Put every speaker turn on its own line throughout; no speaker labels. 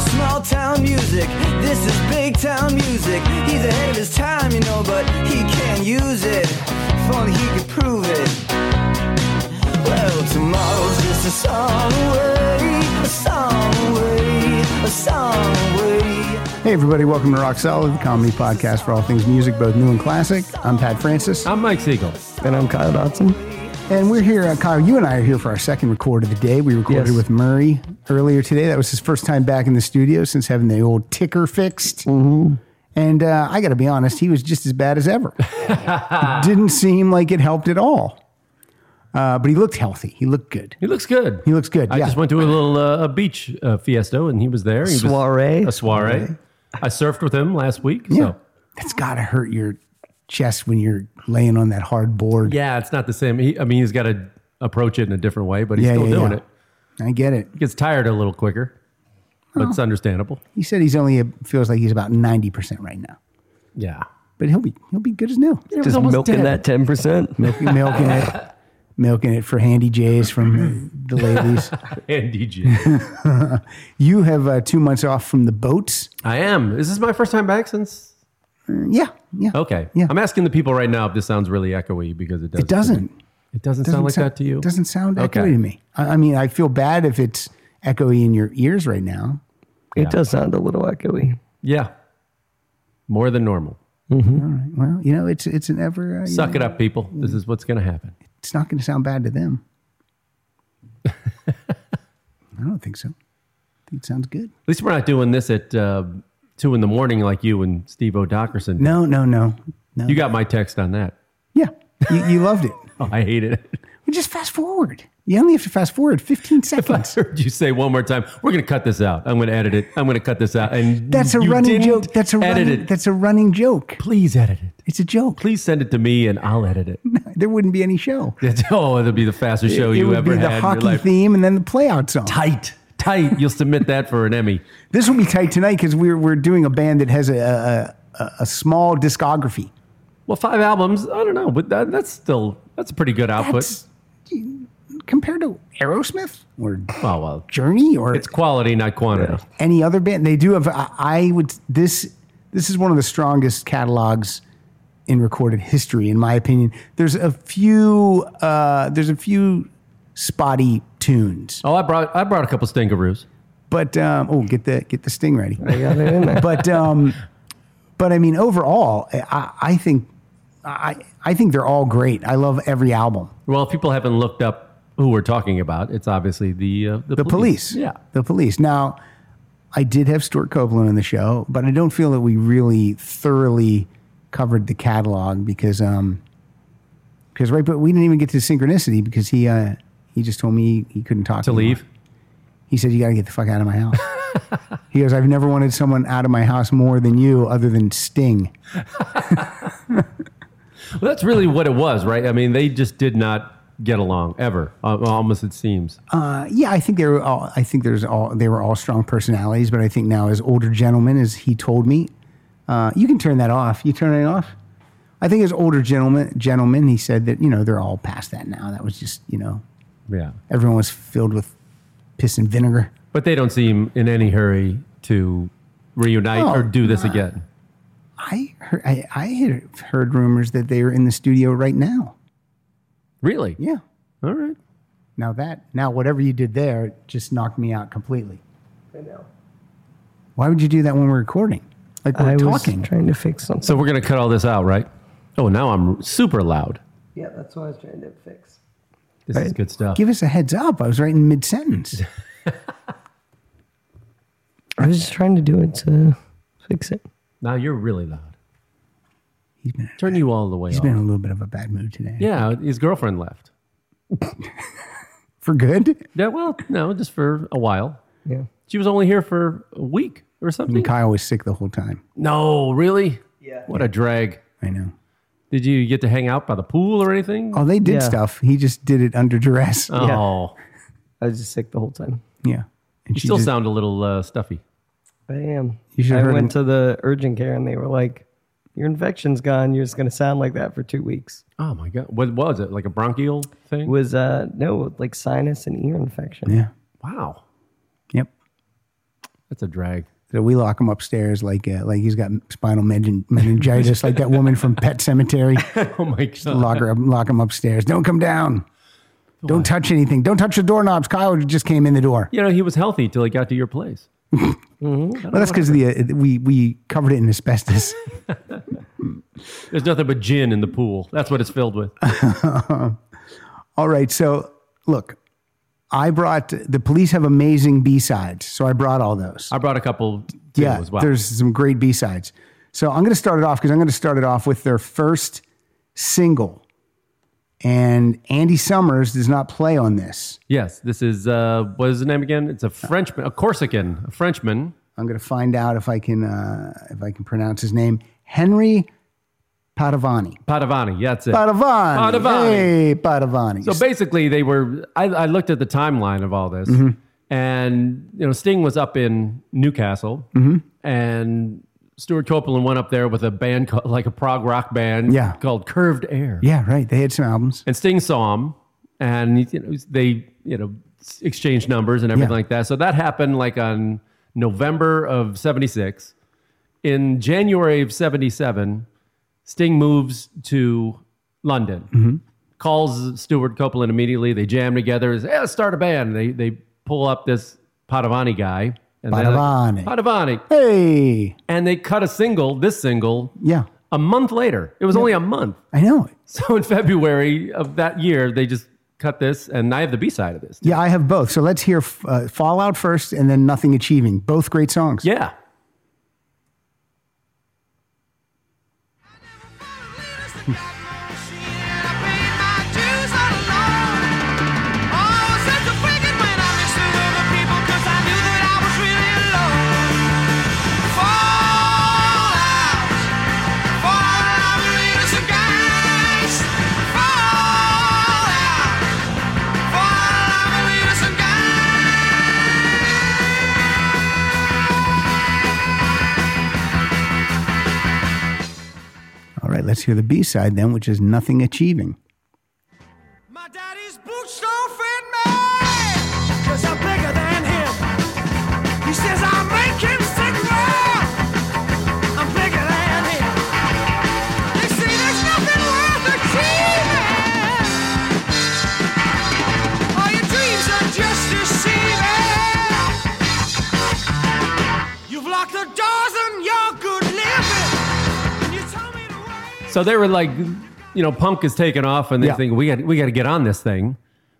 small town music. This is big town music. He's ahead of his time, you know, but he can't use it. If only he could prove it. Well, tomorrow's just a song away, a song away, a song away.
Hey, everybody, welcome to Rock Solid, the comedy podcast for all things music, both new and classic. I'm Pat Francis.
I'm Mike Siegel.
And I'm Kyle Dodson.
And we're here, uh, Kyle, you and I are here for our second record of the day. We recorded
Yes.
with Murray earlier today. That was his first time back in the studio since having the old ticker fixed.
Mm-hmm.
And uh, I got to be honest, he was just as bad as ever. Didn't seem like it helped at all. Uh, but he looked healthy. He looked good.
He looks good.
He looks good.
I
yeah.
just went to a little uh, a beach uh, fiesta and he was there. He was-
Soiree.
a soiree. I surfed with him last week.
yeah.
So
That's got to hurt your chest when you're laying on that hard board.
yeah, it's not the same. He, I mean, he's got to approach it in a different way, but he's
Yeah,
still
yeah,
doing
yeah.
it.
I get it.
He gets tired a little quicker, but
Oh.
it's understandable.
He said he's only feels like he's about ninety percent right now,
Yeah.
but he'll be he'll be good as new.
Just milking that 10%.
milking it, milking it for handy J's from the ladies.
And DJ.
You have uh, two months off from the boats.
I am. Is this my first time back since?
Yeah, yeah.
Okay.
Yeah.
I'm asking the people right now if this sounds really echoey because it does.
It doesn't.
It doesn't,
doesn't
sound like that to you.
Doesn't sound
Okay.
echoey to me. I, I mean, I feel bad if it's echoey in your ears right now.
It does sound a little echoey.
Yeah. More than normal.
Well, you know, it's it's an ever. Uh, you
Suck
know,
it up, people.
Mm.
This is what's going to happen.
It's not going to sound bad to them. I don't think so. I think it sounds good.
At least we're not doing this at uh, two in the morning like you and Steve O'Dockerson. did.
No, no, no, no.
You got my text on that.
yeah. You, you loved Oh, it.
I hate it.
We just fast forward. You only have to fast forward 15
I
seconds.
heard you say one more time, we're going to cut this out. I'm going to edit it. I'm going to cut this out. And
That's a
you
running
didn't
joke. That's a
edit
running,
it.
that's a running joke.
Please edit it.
It's a joke.
Please send it to me and I'll edit it.
There wouldn't be any show.
That's- oh, it'll be the fastest show
it
you
would
ever
be the
had in your
hockey
life.
theme and then the playout song.
Tight, tight. You'll submit that for an Emmy.
This will be tight tonight because we're we're doing a band that has a a, a, a small discography.
Well, five albums. I don't know, but that, that's still, that's a pretty good output.
That's compared to Aerosmith or
oh, well.
Journey or
It's quality, not quantity.
any other band. They do have. I, I would this this is one of the strongest catalogs in recorded history, in my opinion. There's a few uh, there's a few spotty tunes,
Oh, I brought, I brought a couple stinkaroos.
but um, oh, get the get the sting ready.
I got it in there.
but um, but I mean, overall, I, I think I I think they're all great. I love every album.
Well, if people haven't looked up who we're talking about, it's obviously the uh, the,
The police,
Yeah,
the police. Now, I did have Stuart Copeland on the show, but I don't feel that we really thoroughly covered the catalog because um because right, but we didn't even get to synchronicity because he uh he just told me he couldn't talk
to
anymore.
leave.
He said, "You got to get the fuck out of my house." he goes, "I've never wanted someone out of my house more than you, other than Sting."
Well, that's really what it was, right? I mean, they just did not get along ever. Uh, almost it seems.
Uh, yeah, I think they were all. I think there's all. They were all strong personalities, but I think now as older gentlemen, as he told me, uh, you can turn that off. You turn it off. I think as older gentlemen, gentlemen, he said that you know they're all past that now. That was just you know
yeah,
everyone was filled with piss and vinegar.
but they don't seem in any hurry to reunite
Oh,
or do this again.
I heard, I, I had heard rumors that they are in the studio right now.
Really?
Yeah.
All right.
Now that now whatever you did there just knocked me out completely. Why would you do that when we're recording? Like we're
I was
talking.
trying to fix something.
So we're gonna cut all this out, right? Oh, now I'm super loud.
yeah, that's what I was trying to fix.
This is
Right.
good stuff.
Give us a heads up. I was right in mid sentence.
I was just trying to do it to fix it.
now you're really loud.
He's been
Turn you all the way
he's
off.
been in a little bit of a bad mood today.
yeah, his girlfriend left.
For good.
Yeah, well, no, just for a while.
Yeah.
She was only here for a week or something.
Kyle was sick the whole time.
No, really? Yeah. What a drag.
I know.
Did you get to hang out by the pool or anything?
Oh, they did
Yeah.
stuff. He just did it under duress.
Oh,
I was just sick the whole time.
yeah. And
you
she
still
just-
sound a little uh, stuffy.
I am.
You should've
I
heard
went
him.
to the urgent care and they were like, your infection's gone. You're just going to sound like that for two weeks.
Oh my god, what was it? Like a bronchial thing?
It was, uh, no, like sinus and ear infection.
Yeah.
wow,
Yep.
That's a drag.
So we lock him upstairs like uh, like he's got spinal menin- meningitis, like that woman from Pet Cemetery.
Oh my god.
Lock her up, lock him upstairs. Don't come down. Don't touch anything. Don't touch the doorknobs. Kyle just came in the door.
You know he was healthy till he got to your place.
Well, that's because the uh, we we covered it in asbestos.
There's nothing but gin in the pool. That's what it's filled with.
All right. So look, I brought the police have amazing B sides, so I brought all those.
I brought a couple too
yeah,
as well.
there's some great B sides. So I'm going to start it off because I'm going to start it off with their first single, and Andy Summers does not play on this.
yes, this is uh, what is his name again? It's a Frenchman, a Corsican, a Frenchman.
I'm going to find out if I can uh, if I can pronounce his name, Henry Padovani.
Padavani. Yeah, that's it.
Padovani.
Padovani.
Hey, Padovani.
So basically, they were. I, I looked at the timeline of all this, and you know, Sting was up in Newcastle, and Stuart Copeland went up there with a band called, like a prog rock band,
Yeah.
called Curved Air.
yeah, right. They had some albums.
And Sting saw him, and you know, they you know s- exchanged numbers and everything
Yeah.
like that. So that happened like on November of '76. In January of '77, Sting moves to London.
Mm-hmm.
Calls Stuart Copeland immediately. They jam together. Is hey, let's start a band. They they pull up this Padovani guy. And they're
Padovani.
like, Padovani.
Hey,
And they cut a single, this single,
yeah,
a month later. It was only a month.
I know.
So in February of that year, they just cut this, and I have the B side of this.
Yeah, I have both. So let's hear uh, Fallout first, and then Nothing Achieving. Both great songs.
Yeah.
All right, let's hear the B side then, which is Nothing Achieving.
My daddy's boots don't fit me, cause I'm bigger than him. He says I make him sick now. I'm bigger than him. You see, there's nothing worth achieving. All your dreams are just deceiving. You've locked the doors on your good living. And you tell me to wait.
So they were like, you know, punk is taking off, and they
Yeah.
think we got we got to get on this thing.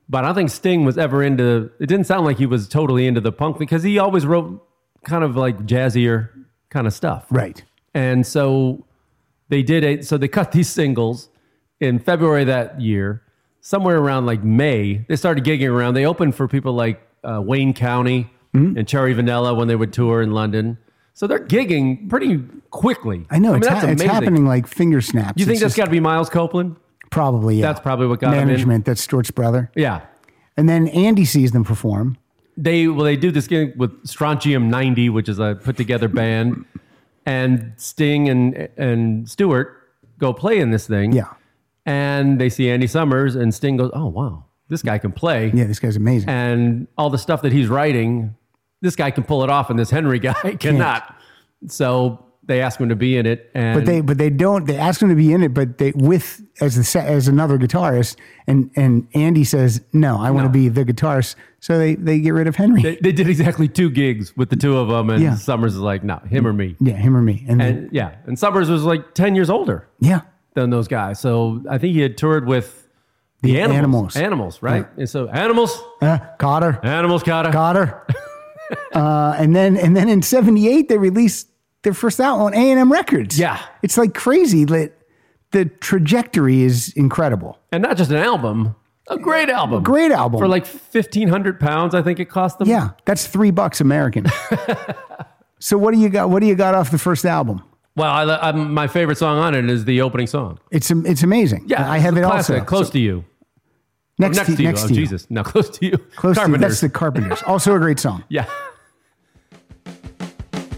But I don't think Sting was ever into. It didn't sound like he was totally into the punk because he always wrote kind of like jazzier kind of stuff.
Right.
And so they did it. So they cut these singles in February that year. Somewhere around like May, they started gigging around. They opened for people like uh, Wayne County
Mm-hmm.
and Cherry Vanilla when they would tour in London. So they're gigging pretty quickly.
I know.
mean,
it's,
that's
ha- it's
amazing.
happening like finger snaps.
You think
It's
that's got
just-
to be Miles Copeland?
probably, yeah.
That's probably what got him in.
Management, that's Stuart's brother.
Yeah.
And then Andy sees them perform.
they well they do this gig with Strontium 90, which is a put together band, and Sting and and Stewart go play in this thing.
Yeah.
and they see Andy Summers, and Sting goes, "Oh wow, this guy can play."
Yeah, this guy's amazing.
and all the stuff that he's writing, this guy can pull it off, and this Henry guy cannot. So they ask him to be in it, and
but they but they don't they ask him to be in it but they with as the se- as another guitarist and and Andy says no I want to
No.
be the guitarist so they they get rid of Henry
they, they did exactly two gigs with the two of them, and
Yeah.
Summers is like, "No, him or me."
yeah him or me and, then,
And yeah, and Summers was like ten years older.
yeah
than those guys. So I think he had toured with the,
Animals.
animals. Animals, right? And so animals,
uh, Cotter
animals, Kata.
Cotter uh, and then and then in 78 they released their first album on A&M Records
Yeah.
it's like crazy that the trajectory is incredible
And not just an album, a great album.
great album
For like 1,500 pounds, I think it cost them.
yeah that's 3 bucks American so what do you got what do you got off the first album
Well, I, I, my favorite song on it is the opening song.
it's am- it's amazing
Yeah.
I
it's
have
a
it
classic,
also
Close to you.
Next,
next to you.
next
oh,
to you.
Jesus. No, close to you.
Close to you.
Carpenters.
That's the Carpenters. Also a great song.
yeah.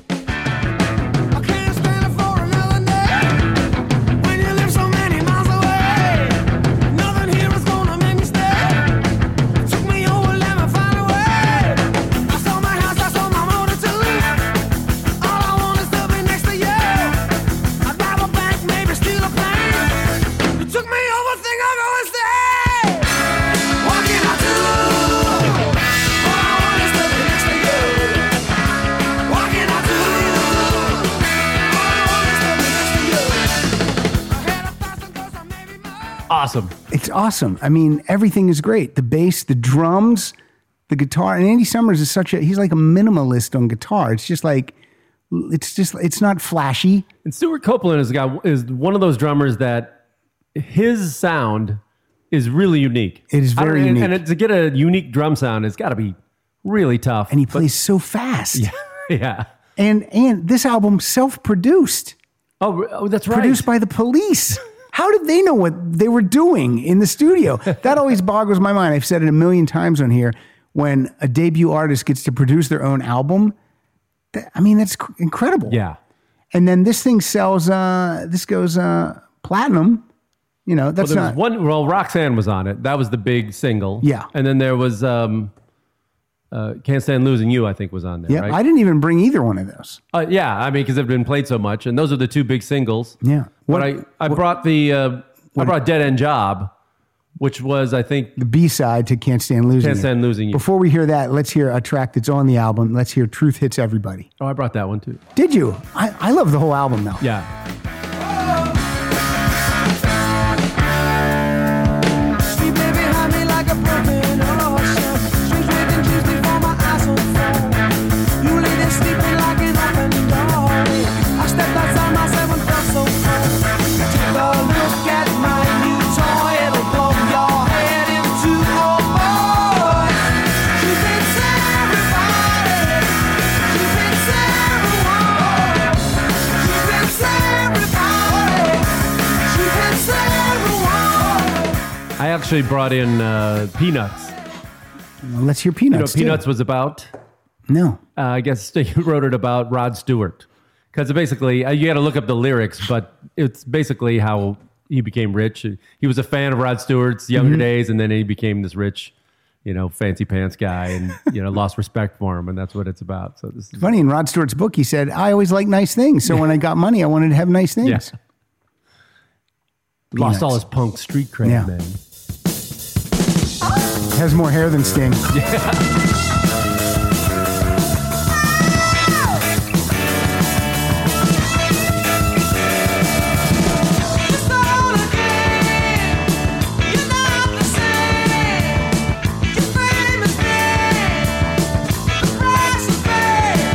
I can't stand it for another day. When you live so many miles away, nothing here is gonna make me stay. Took me over, let me find a way. I saw my house, I saw my motor too.
awesome.
It's awesome. I mean, everything is great. The bass, the drums, the guitar, and Andy Summers is such a he's like a minimalist on guitar. It's just like it's just it's not flashy.
And Stuart Copeland has got is one of those drummers that his sound is really unique.
It is
I don't-
very
and-
unique.
And to get a unique drum sound, it's got to be really tough.
And he plays so fast.
yeah.
And and this album self-produced,
Oh, oh, that's right.
produced by the police. How did they know what they were doing in the studio? That always boggles my mind. I've said it a million times on here. When a debut artist gets to produce their own album, that- I mean, that's cr- incredible.
yeah.
and then this thing sells uh this goes uh platinum you know that's
Well, there
not
was one. Well, Roxanne was on it. That was the big single.
Yeah.
And then there was um, uh, Can't Stand Losing You. I think was on there.
yeah
Right?
i didn't even bring either one of those
Uh, yeah, I mean, because they've been played so much, and those are the two big singles.
Yeah.
but I,
What-
I brought the uh, I brought Dead End Job, which was I think
the b-side to can't stand losing
Can't
You.
Stand Losing You.
before we hear that let's hear a track that's on the album let's hear truth hits everybody
Oh, I brought that one too.
did you i, I love the whole album though
Yeah,
Sleeping behind me like a broken ocean. Strings waving just before my eyes unfold. You lay there sleeping like an open door. I stepped outside myself and felt so cold. Take a look at my new toy. It'll blow your head into a boy. She thinks everybody. She thinks everyone. She thinks everybody. She thinks everyone.
I actually brought in uh, Peanuts.
Well, let's hear
You know,
peanuts too.
Peanuts was about
no
uh, I guess they wrote it about Rod Stewart because basically uh, you got to look up the lyrics, but it's basically how he became rich. He was a fan of Rod Stewart's younger
Mm-hmm.
days, and then he became this rich, you know, fancy pants guy, and you know, lost respect for him, and that's what it's about. So this is
funny in rod stewart's book he said i always like nice things so when i got money i wanted to have nice things
yeah.
Peanuts.
Lost all his punk street cred,
Yeah.
man.
has more hair than sting
It's all a game. You're not the same. Your fame is fame. The price is fame.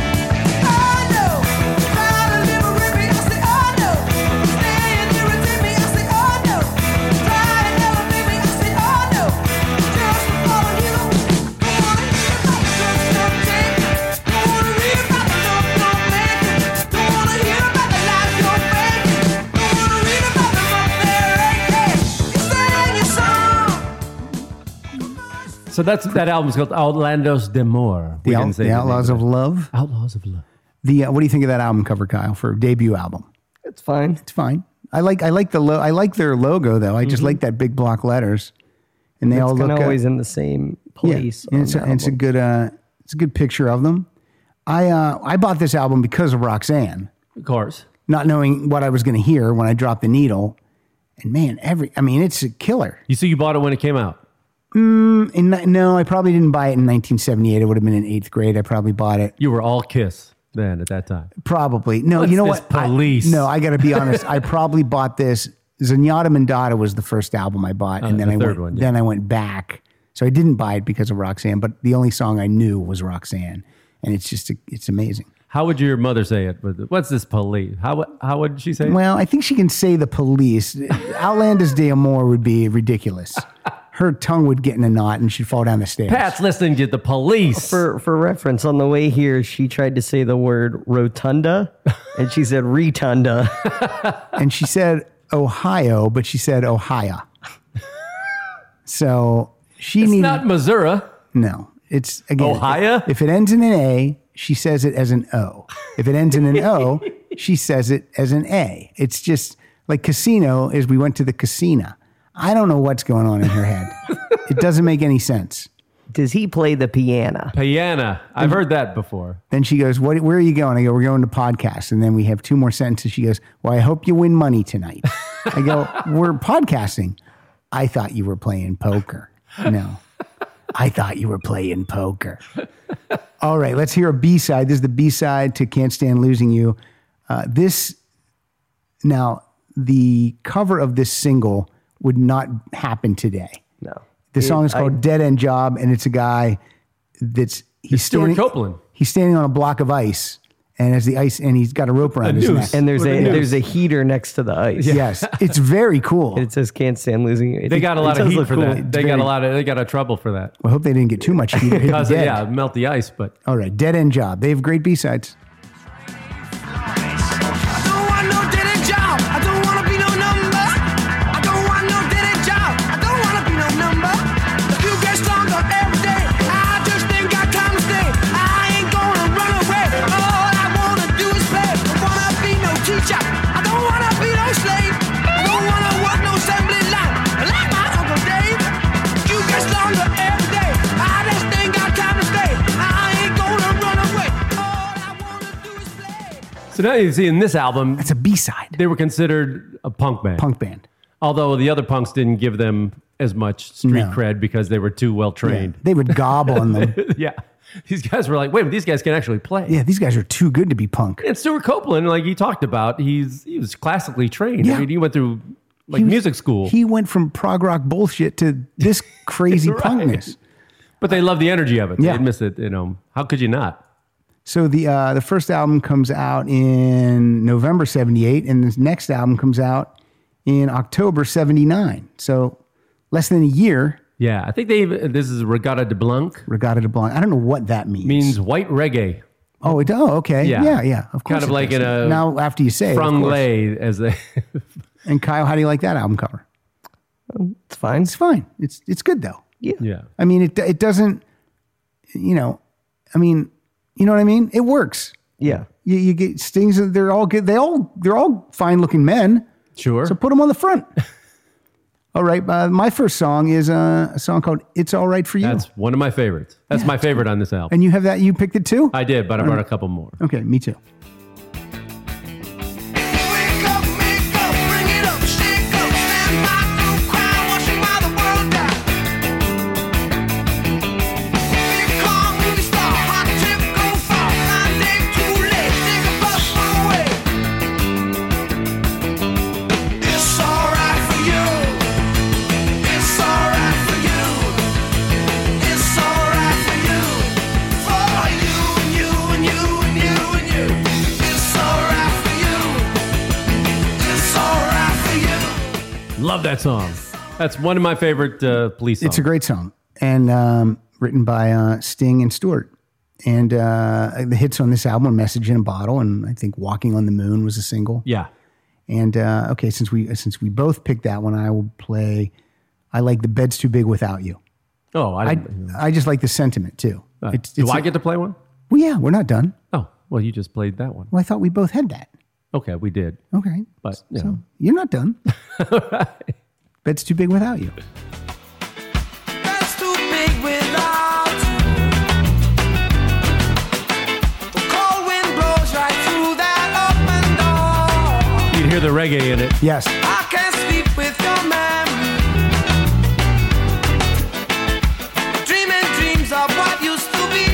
Oh no, try to live with me. I say oh no, stay and irritate me. I say oh no, try and elevate me. I say oh no, just to follow you. I wanna hear about the drugs don't take. Don't wanna hear about the love don't make. Don't wanna hear about the lies don't break. Don't wanna read about the love they're aching. You sang your song.
So that's that album's called Outlandos de Amor. We
the,
didn't
out,
say
the
name
outlaws of
it.
love
Outlaws of Love.
the uh, what do you think of that album cover kyle for a debut album
It's fine.
It's fine. I like I like the lo- I like their logo though. I just like that big block letters, and they all
It's
look
kind of
uh,
Mm-hmm. always in the same place.
Yeah, and it's,
on
a, and it's a
album.
good uh, it's a good picture of them. I uh, I bought this album because of Roxanne,
Of course.
not knowing what I was going to hear when I dropped the needle, and man, every I mean, it's a killer.
You see, you bought it when it came out.
And ni- no, I probably didn't buy it in 1978. I would have been in eighth grade. I probably bought it
You were all Kiss then at that time.
Probably. No,
What's
you know
this,
what? I-
police?
no, I got to be honest. I probably bought this. Zenyatta Mandata was the first album I bought, and then
Oh, the
I
third
went,
one, yeah.
then I went back. So I didn't buy it because of Roxanne, but the only song I knew was Roxanne, and it's just it's amazing.
How would your mother say it? But What's this police? How would- how would she say? it?
Well, I think she can say the police. Outlandish de Amor would be ridiculous. Her tongue would get in a knot, and she'd fall down the stairs.
Pat's listening to the police.
For for reference, on the way here, she tried to say the word rotunda, and she said retunda.
and she said Ohio, but she said Ohio. So she
it's
needed
not Missouri.
No, it's again.
Ohio?
If it ends in an A, she says it as an O. If it ends in an O, she says it as an A. It's just like casino is we went to the casino. I don't know what's going on in her head. it doesn't make any sense.
Does he play the piano?
Piana. I've heard that before.
Then she goes, what, Where are you going? I go, We're going to podcast. And then we have two more sentences. She goes, Well, I hope you win money tonight. I go, We're podcasting. I thought you were playing poker. No, I thought you were playing poker. All right, let's hear a B side. This is the B side to Can't Stand Losing You. Uh, this, now, the cover of this single would not happen today.
No.
The song is called Dead End Job, and it's a guy that's he's
Stuart
standing-
Copeland.
He's standing on a block of ice, and as the ice, and he's got a rope around
A
his
noose.
neck.
And there's
What
a
a news.
there's a heater next to the ice.
yes, it's very cool.
It says can't stand losing. It-
They got a
it
lot of
does
heat
look
for
cool.
that. They got a lot of they got a trouble for that.
I hope they didn't get too much heat. They'd be
Because
dead.
yeah, melt the ice, but
All right, Dead End Job. They have great B sides.
I don't want no dirty job. I don't wanna be no number. I don't want no dirty job. I don't wanna be no number. If you get stronger every day, I just think I come to stay. I ain't gonna run away. All I wanna do is play. I wanna be no teacher. I don't wanna be no slave. I don't wanna work no assembly line like my uncle Dave. You get stronger every day. I just think I come to stay. I ain't gonna run away. All I wanna do is play.
so now you see in this album
It's a B side.
they were considered a punk band.
Punk band.
Although the other punks didn't give them as much street
No.
cred because they were too well
Yeah,
trained.
They would gob on them.
Yeah. These guys were like, wait, a minute, these guys can actually play.
Yeah, these guys are too good to be punk.
And Stuart Copeland, like he talked about, he's he was classically trained.
Yeah.
I mean, he went through like
He was-
music school.
He went from prog rock bullshit to this crazy
Right.
punkness.
but they love the energy of it.
Yeah.
They miss it, you know. How could you not?
So the uh, the first album comes out in November '78, and this next album comes out in October '79. So less than a year.
Yeah. I think they this is Regatta de Blanc.
Regatta de Blanc. I don't know what that means.
Means white reggae.
oh, it, oh, okay, yeah,
Yeah.
yeah, Of course,
Kind of
it
like uh,
does.
in a
now after you say it, of course.
Franglais as they
And Kyle, how do you like that album cover?
It's fine.
It's fine. It's it's good though.
Yeah.
I mean, it it doesn't. You know, I mean, you know what I mean. It works.
Yeah.
You, you get stings. They're all good. They all they're all fine looking men.
Sure.
So put them on the front. all right. Uh, my first song is uh, a song called "It's All Right for You,"
That's one of my favorites. That's my favorite on this album.
and you have that. You picked it too.
I did, but I brought a couple more.
okay, me too.
Wake up, make up, bring it up, shake up, stand by through crime, watching by the world die. Be calm, movie star, hot tip, go far, blind date, too late, take a bus, run away. It's alright for you. It's alright for you. It's alright for you. For you and you and you and you and you. It's alright for you. It's alright for you.
Love that song. That's one of my favorite uh, police songs.
It's a great song and um, written by uh, Sting and Stewart. And uh, the hits on this album are "Message in a Bottle" and I think "Walking on the Moon" was a single.
yeah.
And uh, okay, since we since we both picked that one, I will play. I like the bed's too big without you.
Oh, I,
I
didn't-
I just like the sentiment too.
uh,
It's-
do
it's-
I get to play one?
Well, yeah, we're not done.
Oh, well, you just played that one.
Well, I thought we both had that.
Okay, we did.
Okay,
But, you know.
you're not done. Bed's too big without you.
That's too big without you. The cold wind blows right through that open door.
you hear the reggae in it.
Yes,
I can't sleep with your memory. Dreaming dreams of what used to be.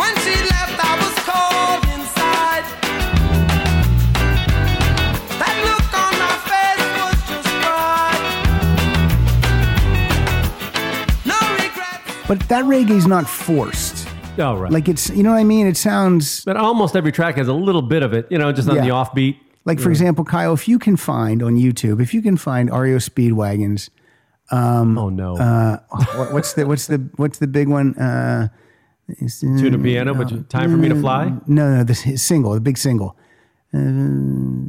When she left, I was cold inside. That look on my face was just pride. No regrets.
but that reggae's not forced.
Oh, right.
Like it's you know what I mean. It sounds
but almost every track has a little bit of it, you know, just on
Yeah.
the offbeat.
like for example, Kyle, if you can find on YouTube, if you can find Ario Speedwagon's Mm.
oh, no.
Uh, what- what's the what's the what's the big one? Uh, is- uh,
Tune to piano, but you- time for me to fly?
No, no, the s- single, the big single. Uh,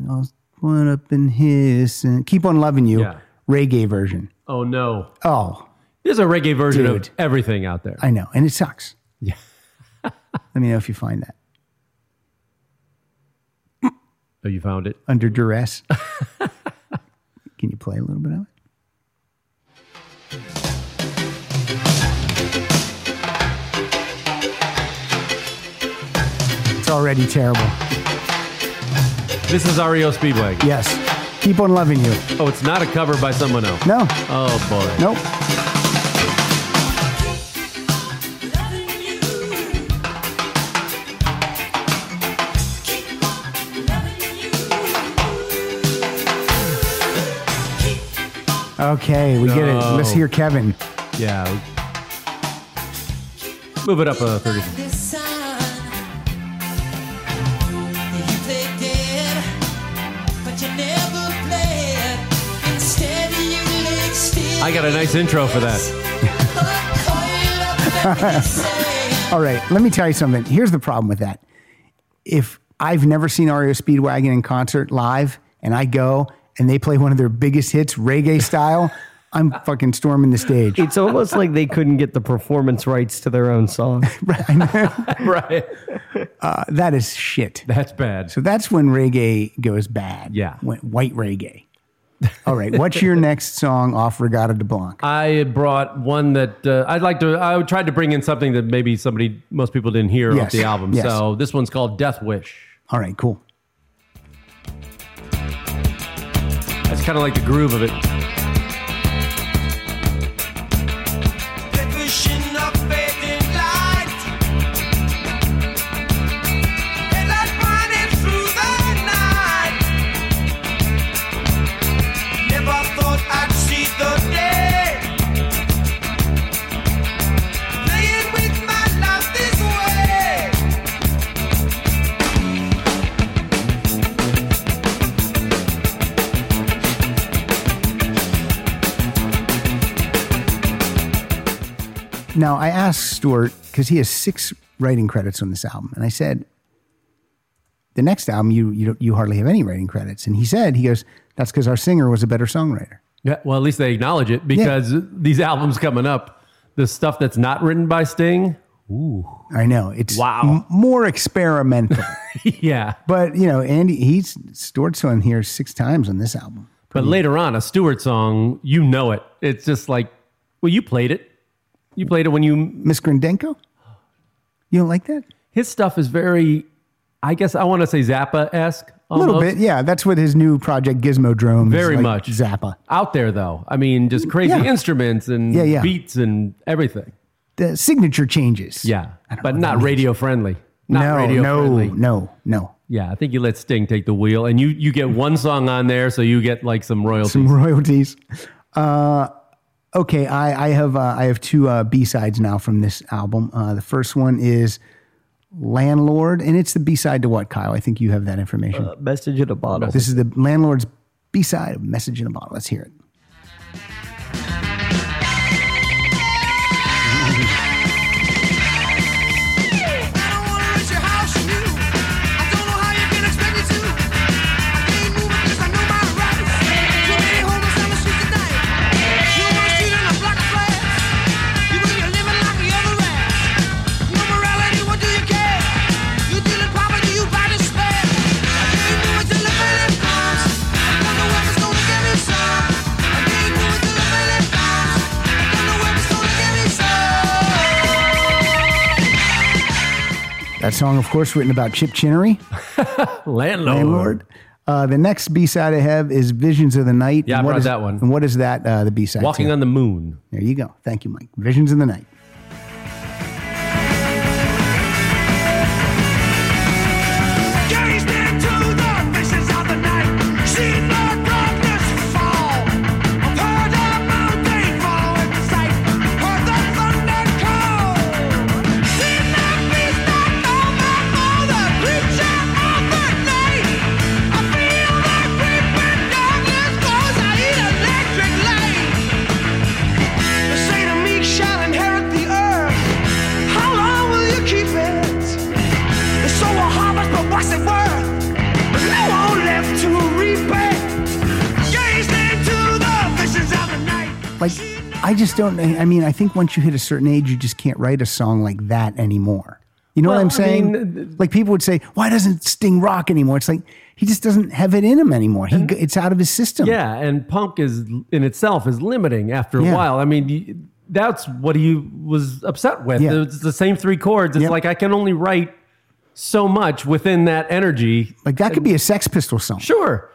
I'll one up in his and keep on loving you,
Yeah.
reggae version.
Oh, no.
Oh,
There's a reggae version
Dude.
of everything out there.
I know, and it sucks.
Yeah.
Let me know if you find that
oh, you found it?
under duress. can you play a little bit of it? It's already terrible.
This is REO Speedway.
Yes. Keep on loving you.
Oh, it's not a cover by someone else.
No.
Oh, boy.
Nope. Okay, we get it.
No.
Let's hear Kevin.
Yeah. Move it up a 30. I
I got a nice intro for that.
All right, let me tell you something. Here's the problem with that. If I've never seen Ario Speedwagon in concert live and I go and they play one of their biggest hits, reggae style, I'm fucking storming the stage.
It's almost like they couldn't get the performance rights to their own song.
Right.
Uh, That is shit.
That's bad.
So that's when reggae goes bad.
Yeah.
When, white reggae. All right, what's your next song off Regatta de Blanc?
I brought one that uh, I'd like to. I tried to bring in something that maybe somebody, most people didn't hear
Yes,
off the album.
yes.
So this one's called Death Wish.
All right, cool.
That's kind of like the groove of it.
Now, I asked Stuart, because he has six writing credits on this album, and I said, the next album, you, you, don't- you hardly have any writing credits. And he said, he goes, that's because our singer was a better songwriter.
Yeah. Well, at least they acknowledge it because these albums coming up, the stuff that's not written by Sting.
I know. It's
Wow.
more experimental.
yeah.
but, you know, Andy, he's Stuart's on here six times on this album.
But later on, a Stewart song, you know it. It's just like, well, you played it. You played it when you.
Miss Grindenko? You don't like that?
His stuff is very, I guess I want to say Zappa esque.
A little bit, yeah. That's what his new project Gizmodrome is.
Very
like
much.
Zappa.
Out there, though. I mean, just crazy
Yeah.
instruments and
Yeah, yeah.
beats and everything.
The signature changes.
Yeah.
I don't know what
But
that
not
means.
radio friendly. Not
no,
radio
no,
friendly.
no, no.
Yeah. I think you let Sting take the wheel and you, you get one song on there. So you get like some royalties.
Some royalties. Uh, okay, I, I have uh, I have two uh, B sides now from this album. Uh, the first one is Landlord, and it's the B side to what, Kyle? I think you have that information.
Uh,
Message at a bottle.
this is the Landlord's B side of Message in a Bottle. Let's hear it. That song, of course, written about Chip Chinnery,
Landlord.
Landlord. Oh, Uh, the next B side I have is Visions of the Night.
Yeah, I
And what
brought
is-
that one.
And what is that? Uh, the B side.
Walking on the moon.
There you go. Thank you, Mike. Visions of the Night.
Shall inherit the earth. How long will you keep it? The soul will harvest, but what's it worth? There's no one left to reap it. Gaze into the visions of the night.
Like, I just don't. I mean, I think once you hit a certain age, you just can't write a song like that anymore. You know what
Well,
I'm
I
saying?
mean,
like people would say, "Why doesn't Sting rock anymore?" It's like he just doesn't have it in him anymore. He, it's out of his system.
Yeah, and punk is in itself is limiting after
Yeah.
a while. I mean, you- that's what he was upset with.
Yeah.
It's the same three chords. It's
Yep.
like I can only write so much within that energy.
like that could be a Sex Pistol song.
Sure.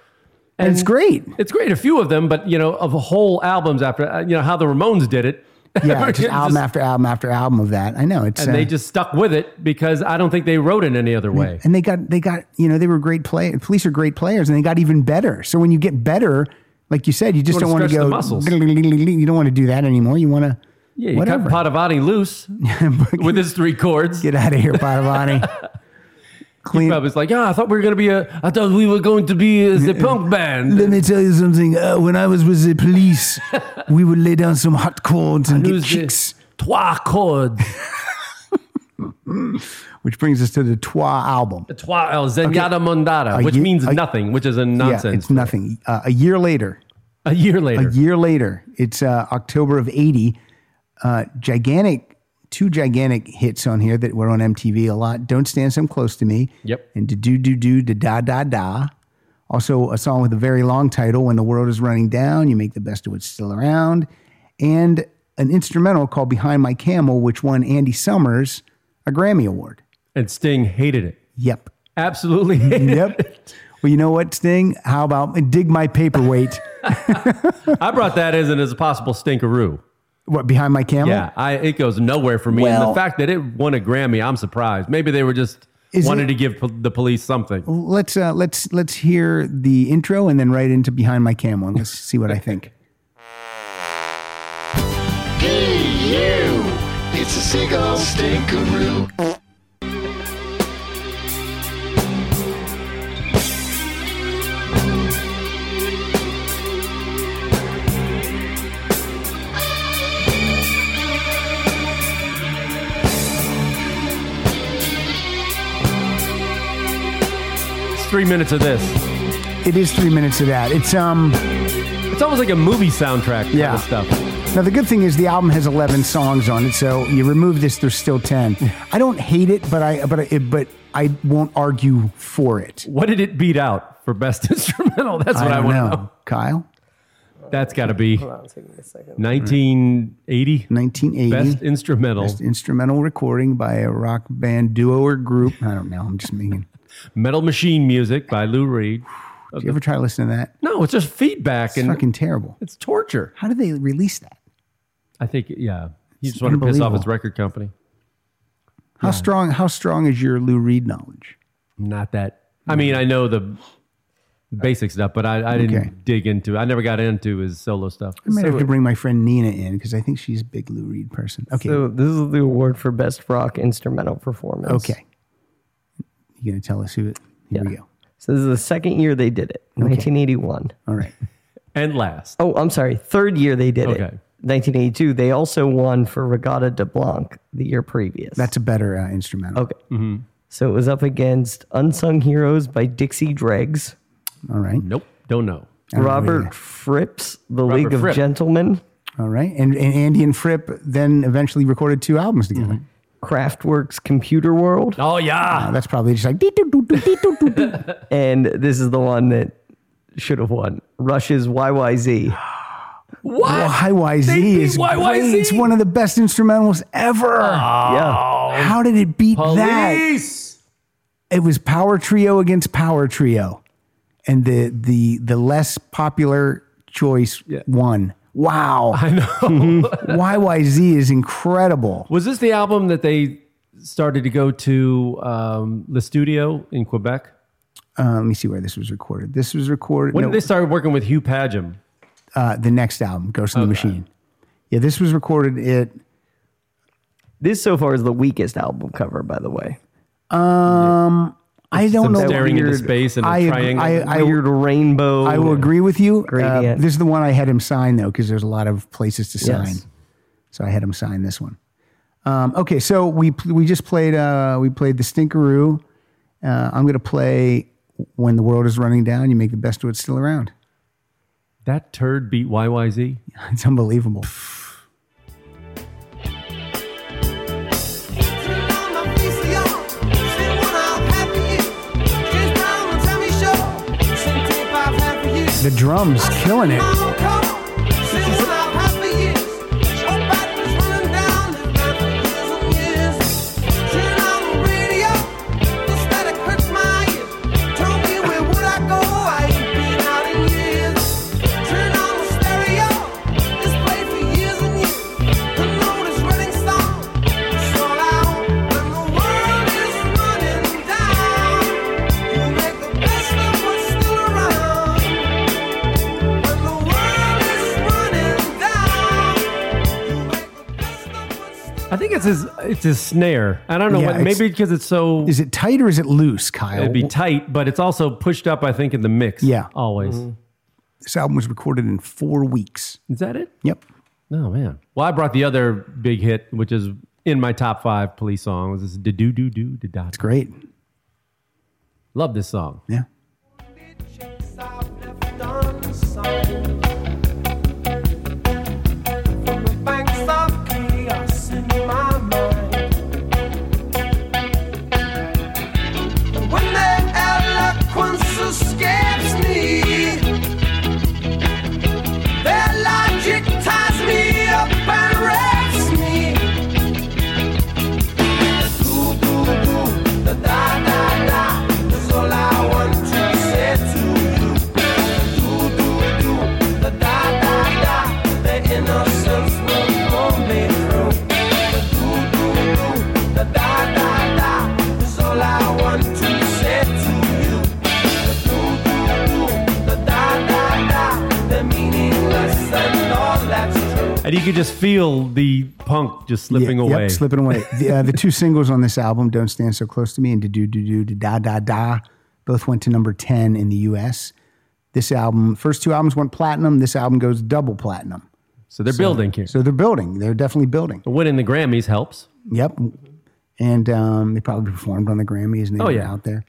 And
it's great.
It's great. A few of them, but you know, of whole albums after uh, you know how the Ramones did it.
Yeah, just
Just-
album after album after album of that. I know it's uh,
and they just stuck with it because I don't think they wrote it any other
Mm,
way.
and they got they got you know they were great play. Police are great players, and they got even better. So when you get better, Like you said, you just
You
don't
wanna
want to
stretch
go.
the muscles.
You don't want to do that anymore. You want to
Yeah, you
whatever.
cut Padavani loose with his three chords.
Get out of here, Padavani. Clean.
Bob is like, yeah, I thought we were gonna be a, I thought we were going to be a, the punk band.
Let me tell you something. Uh, when I was with the police, we would lay down some hot chords and get
Lose the
chicks.
Trois chords,
Which brings us to the Trois album.
trois el Zenyatta Mondada,
A
which
ye-
means
a-
nothing, which is a
Yeah,
nonsense.
it's nothing. Uh, a year later,
a year later,
a year later, it's uh, October of '80. Uh, gigantic, two gigantic hits on here that were on MTV a lot. Don't stand so close to me.
Yep.
And to do do do da da da da. Also, a song with a very long title, "When the World Is Running Down." You make the best of what's still around, and an instrumental called "Behind My Camel," which won Andy Summers a Grammy Award.
and Sting hated it.
Yep.
Absolutely. hated it.
Yep. well, you know what, Sting? How about dig my paperweight?
I brought that as an as a possible stinkeroo.
what behind my camel?
Yeah, I, it goes nowhere for me. and
Well-
the fact that it won a Grammy, I'm surprised. Maybe they were just
Is
wanted
it-
to give pol- the police something.
let's uh, let's let's hear the intro and then right into behind my camel and let's see what I think.
you! It's a seagull stinkaroo.
It's three minutes of this.
It is three minutes of that. It's um
It's almost like a movie soundtrack type
Yeah.
of stuff.
now the good thing is the album has eleven songs on it, so you remove this, there's still ten. I don't hate it, but I but I, but I won't argue for it.
What did it beat out for best instrumental? That's what I,
don't
want to
know.
know.
Kyle,
That's got to be
Hold on, take me a second.
1980
nineteen eighty.
best instrumental
Instrumental recording by a rock band duo or group. I don't know. I'm just making.
metal machine music by Lou Reed.
Did you ever try listening to that?
No, it's just feedback
It's
and
fucking terrible.
it's torture.
How did they release that?
I think yeah, he just wanted to piss off
unbelievable.
his record company.
How strong? How strong is your Lou Reed knowledge?
Not that. I mean, I know the basic stuff, but I, I didn't
Okay.
dig into. I never got into his solo stuff.
I might have to bring my friend Nina in because I think she's a big Lou Reed person. Okay.
So this is the award for best rock instrumental performance.
okay. You gonna tell us who it? Here we go.
So this is the second year they did it, 1981.
All right.
And last,
Oh, I'm sorry, third year they did it,
Okay.
1982. They also won for Regatta de Blanc the year previous.
That's a better uh, instrumental.
okay.
Mm-hmm.
So it was up against Unsung Heroes by Dixie Dregs,
All right.
nope, don't know.
don't know
Robert
either.
Fripp's The
Robert
League of
Fripp.
Gentlemen,
All right. And, and Andy and Fripp then eventually recorded two albums together.
Mm-hmm.
Kraftwerk's Computer World,
Oh yeah,
Uh, that's probably just like. dee doo doo doo dee doo doo doo.
and this is the one that should have won. Rush's YYZ.
Well,
what?
Hi YZ
beat
is great.
YYZ.
It's one of the best instrumentals ever.
Oh.
Oh.
Yeah.
How did it beat that?
Police.
it was power trio against power trio and the the the less popular choice won wow i know yyz is incredible
Was this the album that they started to go to um, the studio in Quebec?
uh, let me see where this was recorded this was recorded
When
no,
did they start working with Hugh Padgham?
uh, the next album ghost in the machine yeah this was recorded at
This so far is the weakest album cover, by the way.
i don't
Some
know
staring into
weird-
space and a
I ag-
triangle.
I-
Weird rainbow.
i will agree with you uh,
Gradient.
this is the one i had him sign though because there's a lot of places to sign
Yes.
so i had him sign this one um, okay so we pl- we just played uh, we played the stinkeroo uh, i'm gonna play when the world is running down you make the best of what's still around
that turd beat YYZ.
it's unbelievable the drums killing it
Down. You make the best of what's still around. When the
I think it's his it's his snare. I don't know
Yeah,
what
it's-
maybe because it's so
Is it tight or is it loose, Kyle?
it'd be tight, but it's also pushed up. I think in the mix.
Yeah.
always.
this album was recorded in four weeks.
Is that it?
Yep.
No man. Well, I brought the other big hit, which is in my top five police song. Was this da do do do da da?
Great.
Love this song.
Yeah.
All I want to say to you the da da da, the innocence will hold me through. Do do do, the da da da is all I want to say to you. The do do do, the da da da, the meaningless and all that's true.
And you could just feel the punk just slipping
Yeah,
away.
Yep, slipping away. the, uh, the two singles on this album, "Don't Stand So Close to Me" and "Da Do Do Do Da Da Da," both went to number ten in the U.S. This album, first two albums went platinum. This album goes double platinum.
so they're building here.
So they're building. They're definitely building.
Winning the Grammys helps.
Yep. And um, they probably performed on the Grammys and they
Oh,
were
yeah.
out there.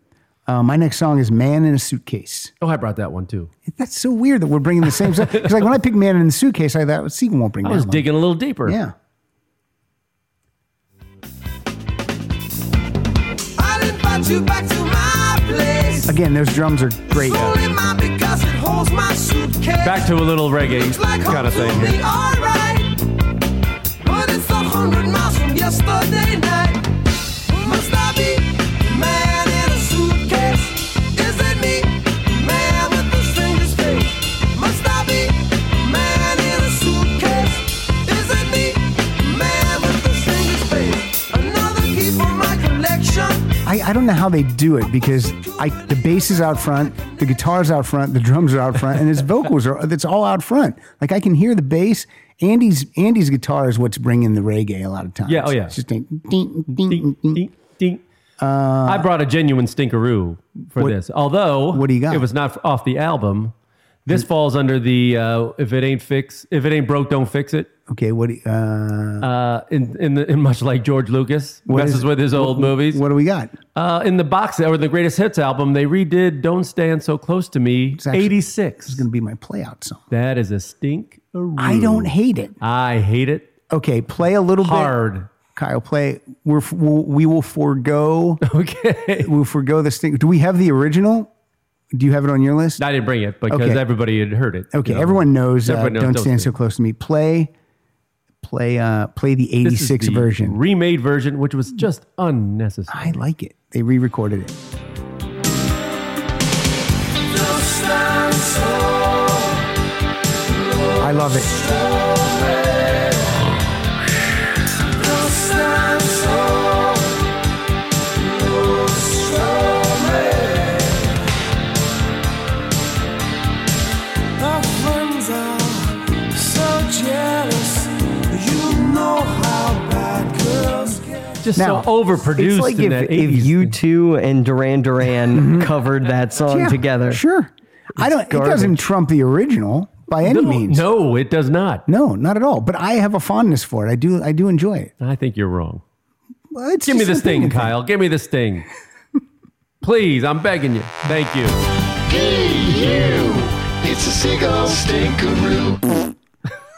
Uh, my next song is "Man in a Suitcase."
Oh, I brought that one too.
That's so weird that we're bringing the same song. Because like when I picked "Man in a Suitcase," I thought Segan won't bring.
I
that
was
one.
digging a little deeper.
Yeah.
I'll invite you back to my place.
Again, those drums are great.
It's only mine because it holds my suitcase.
Back to a little reggae
Looks like
kind of
home
thing
to
here.
me, alright. But it's a hundred miles from yesterday night. Must I be man in a suitcase? Is it me, man with the stranger's face? Must I be man in a suitcase? Is it me, man with the stranger's face? Another key for my collection.
I, I don't know how they do it because I the bass is out front, the guitar's out front, the drums are out front, and his vocals are that's all out front. Like I can hear the bass. Andy's Andy's guitar is what's bringing the reggae a lot of times.
Yeah, oh, yeah.
It's just ding, ding, ding, ding,
Ding, ding, ding.
Uh,
I brought a genuine stinkeroo for this. Although
What do you got? Mm.
It was not f- off the album. This falls under the uh, if it ain't fix if it ain't broke don't fix it.
Okay, what? do you- Uh,
Uh, in in, the, in much like George Lucas
what
messes
is-
with his old
what-
movies.
What do we got?
uh, in the box set, or the greatest hits album, they redid "Don't Stand So Close to Me"
actually-
eighty six.
It's gonna be my playout song.
That is a stink.
I don't hate it.
I hate it
Okay, play a little bit.
hard.
Kyle, play. We're, f- we'll, we will forego.
Okay,
We'll forego this thing. Do we have the original? Do you have it on your list?
I didn't bring it because
Okay.
everybody had heard it.
Okay,
you know.
everyone knows. Uh,
Everyone knows
don't
Don't
stand so
Stand.
close to me. Play, play, uh, play the
This is
'86
the
version.
remade version, which was just unnecessary.
I like it. They re-recorded it. I love it.
Our friends are so jealous. You know how bad girls get.
Just
Now,
so overproduced
It's like
in
if,
that
if
80s
you
thing.
two and Duran Duran covered that song
Yeah,
together.
Sure. I don't. It doesn't
garbage.
trump the original by any
no,
means.
no, it does not.
No, not at all. But I have a fondness for it. I do. I do enjoy it.
I think you're wrong.
Well, it's
Give me
just an
this thing,
opinion
Kyle. Give me this thing. Please, I'm begging you. Thank you.
Ew. It's a seagull stinkeroo.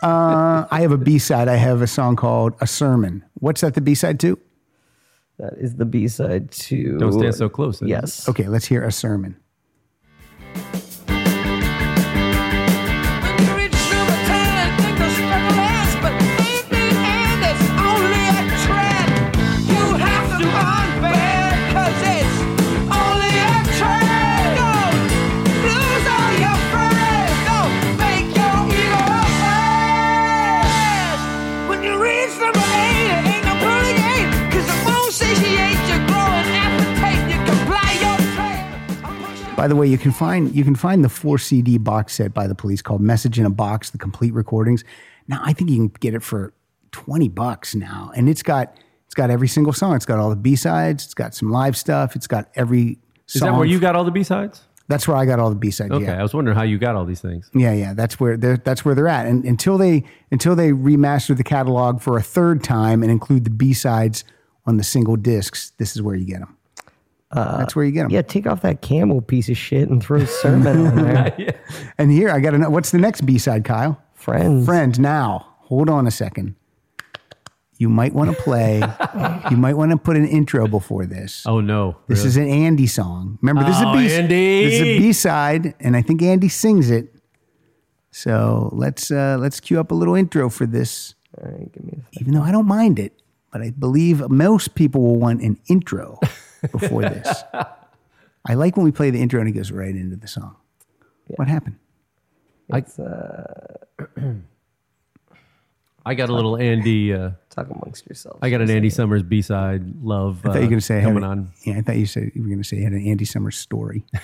Uh, I have a B side. I have a song called "A Sermon." What's that? The B side to?
That is the B side to
Don't stand so close.
Yes.
Okay, let's hear a sermon.
When you reach number 10, think the struggle ends, but in the end, it's only a trend. You have to unveil, 'cause it's only a trend. Don't lose all your friends. Don't make your ego afraid. When you reach number eight, it ain't no pulling eight, 'cause it won't satiate your growing appetite. You can ply your trade.
By the way, you can find you can find the four CD box set by the police called "Message in a Box: The Complete Recordings." Now, I think you can get it for 20 bucks now. And it's got it's got every single song. It's got all the B-sides, it's got some live stuff, it's got every
Is
song.
that where you got all the B sides?
That's where I got all the B-sides.
Okay,
Yeah.
I was wondering how you got all these things.
Yeah, yeah, that's where they're that's where they're at. And until they until they remaster the catalog for a third time and include the B sides on the single discs, this is where you get them.
Uh,
that's where you get them.
Yeah, take off that camel piece of shit and throw sermon on there.
And here I got another. What's the next B side, Kyle?
Friends.
Friend. Now hold on a second. You might want to play. you might want to put an intro before this.
Oh no,
This is an Andy song. Remember, this is a
Oh,
B.
Andy!
This is a B side, and I think Andy sings it. So let's uh, let's cue up a little intro for this.
All right, give me a
Even though I don't mind it, but I believe most people will want an intro before this. I like when we play the intro and it goes right into the song. What happened?
it's, uh,
I got a little Andy. Uh,
talk amongst yourselves.
I got an Andy Summers B side. Love.
I thought you were going to say
coming
had,
Uh, on.
Yeah, I thought you said you were going to say you had an Andy Summers story.
Do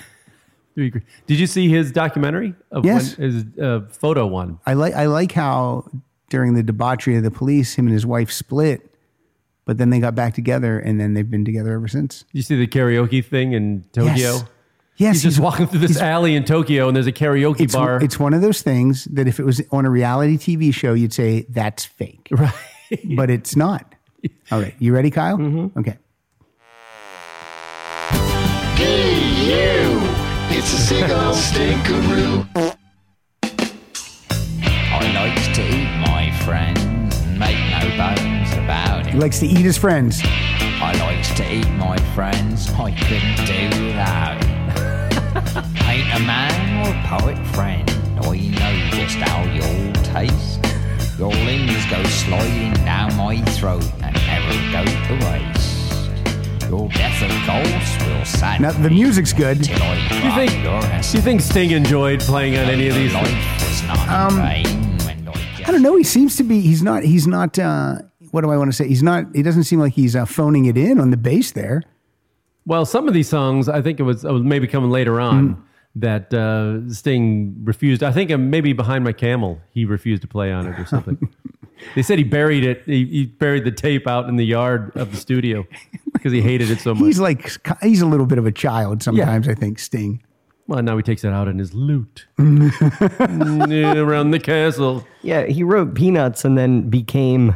you agree? Did you see his documentary? Of
Yes.
When, his uh, photo one.
I like I like how during the debauchery of the police, him and his wife split, but then they got back together, and then they've been together ever since.
You see the karaoke thing in Tokyo.
Yes, yes
He's just walking through this alley in Tokyo, and there's a karaoke
It's,
bar.
it's one of those things that if it was on a reality TV show, you'd say that's fake, right? But it's not. All right, you ready, Kyle?
Mm-hmm.
Okay.
you. It's a seagull stinkeroo.
I likes to eat my friends and make no bones about
He
it.
likes to eat his friends.
I likes to eat my friends, I couldn't do without it. Ain't a man or poet friend, I know just how you'll taste. Your limbs go sliding down my throat and never go to waste. Your death, of course, will sadden
Now the
me
music's good.
till I
do you
cry
think?
your
Do you think Sting enjoyed playing on any of these?
Life was not
Um,
in vain when I
I don't know. He seems to be. He's not. He's not. Uh, what do I want to say? He's not. He doesn't seem like he's uh, phoning it in on the bass there.
Well, some of these songs, I think it was, it was maybe coming later on
Hmm.
that uh, Sting refused. I think uh, maybe behind my camel, he refused to play on it or something. they said he buried it. He, he buried the tape out in the yard of the studio because he hated it so much.
He's like. He's a little bit of a child sometimes. I think Sting.
well, now he takes it out in his lute Yeah, around the castle.
yeah, he wrote Peanuts and then became.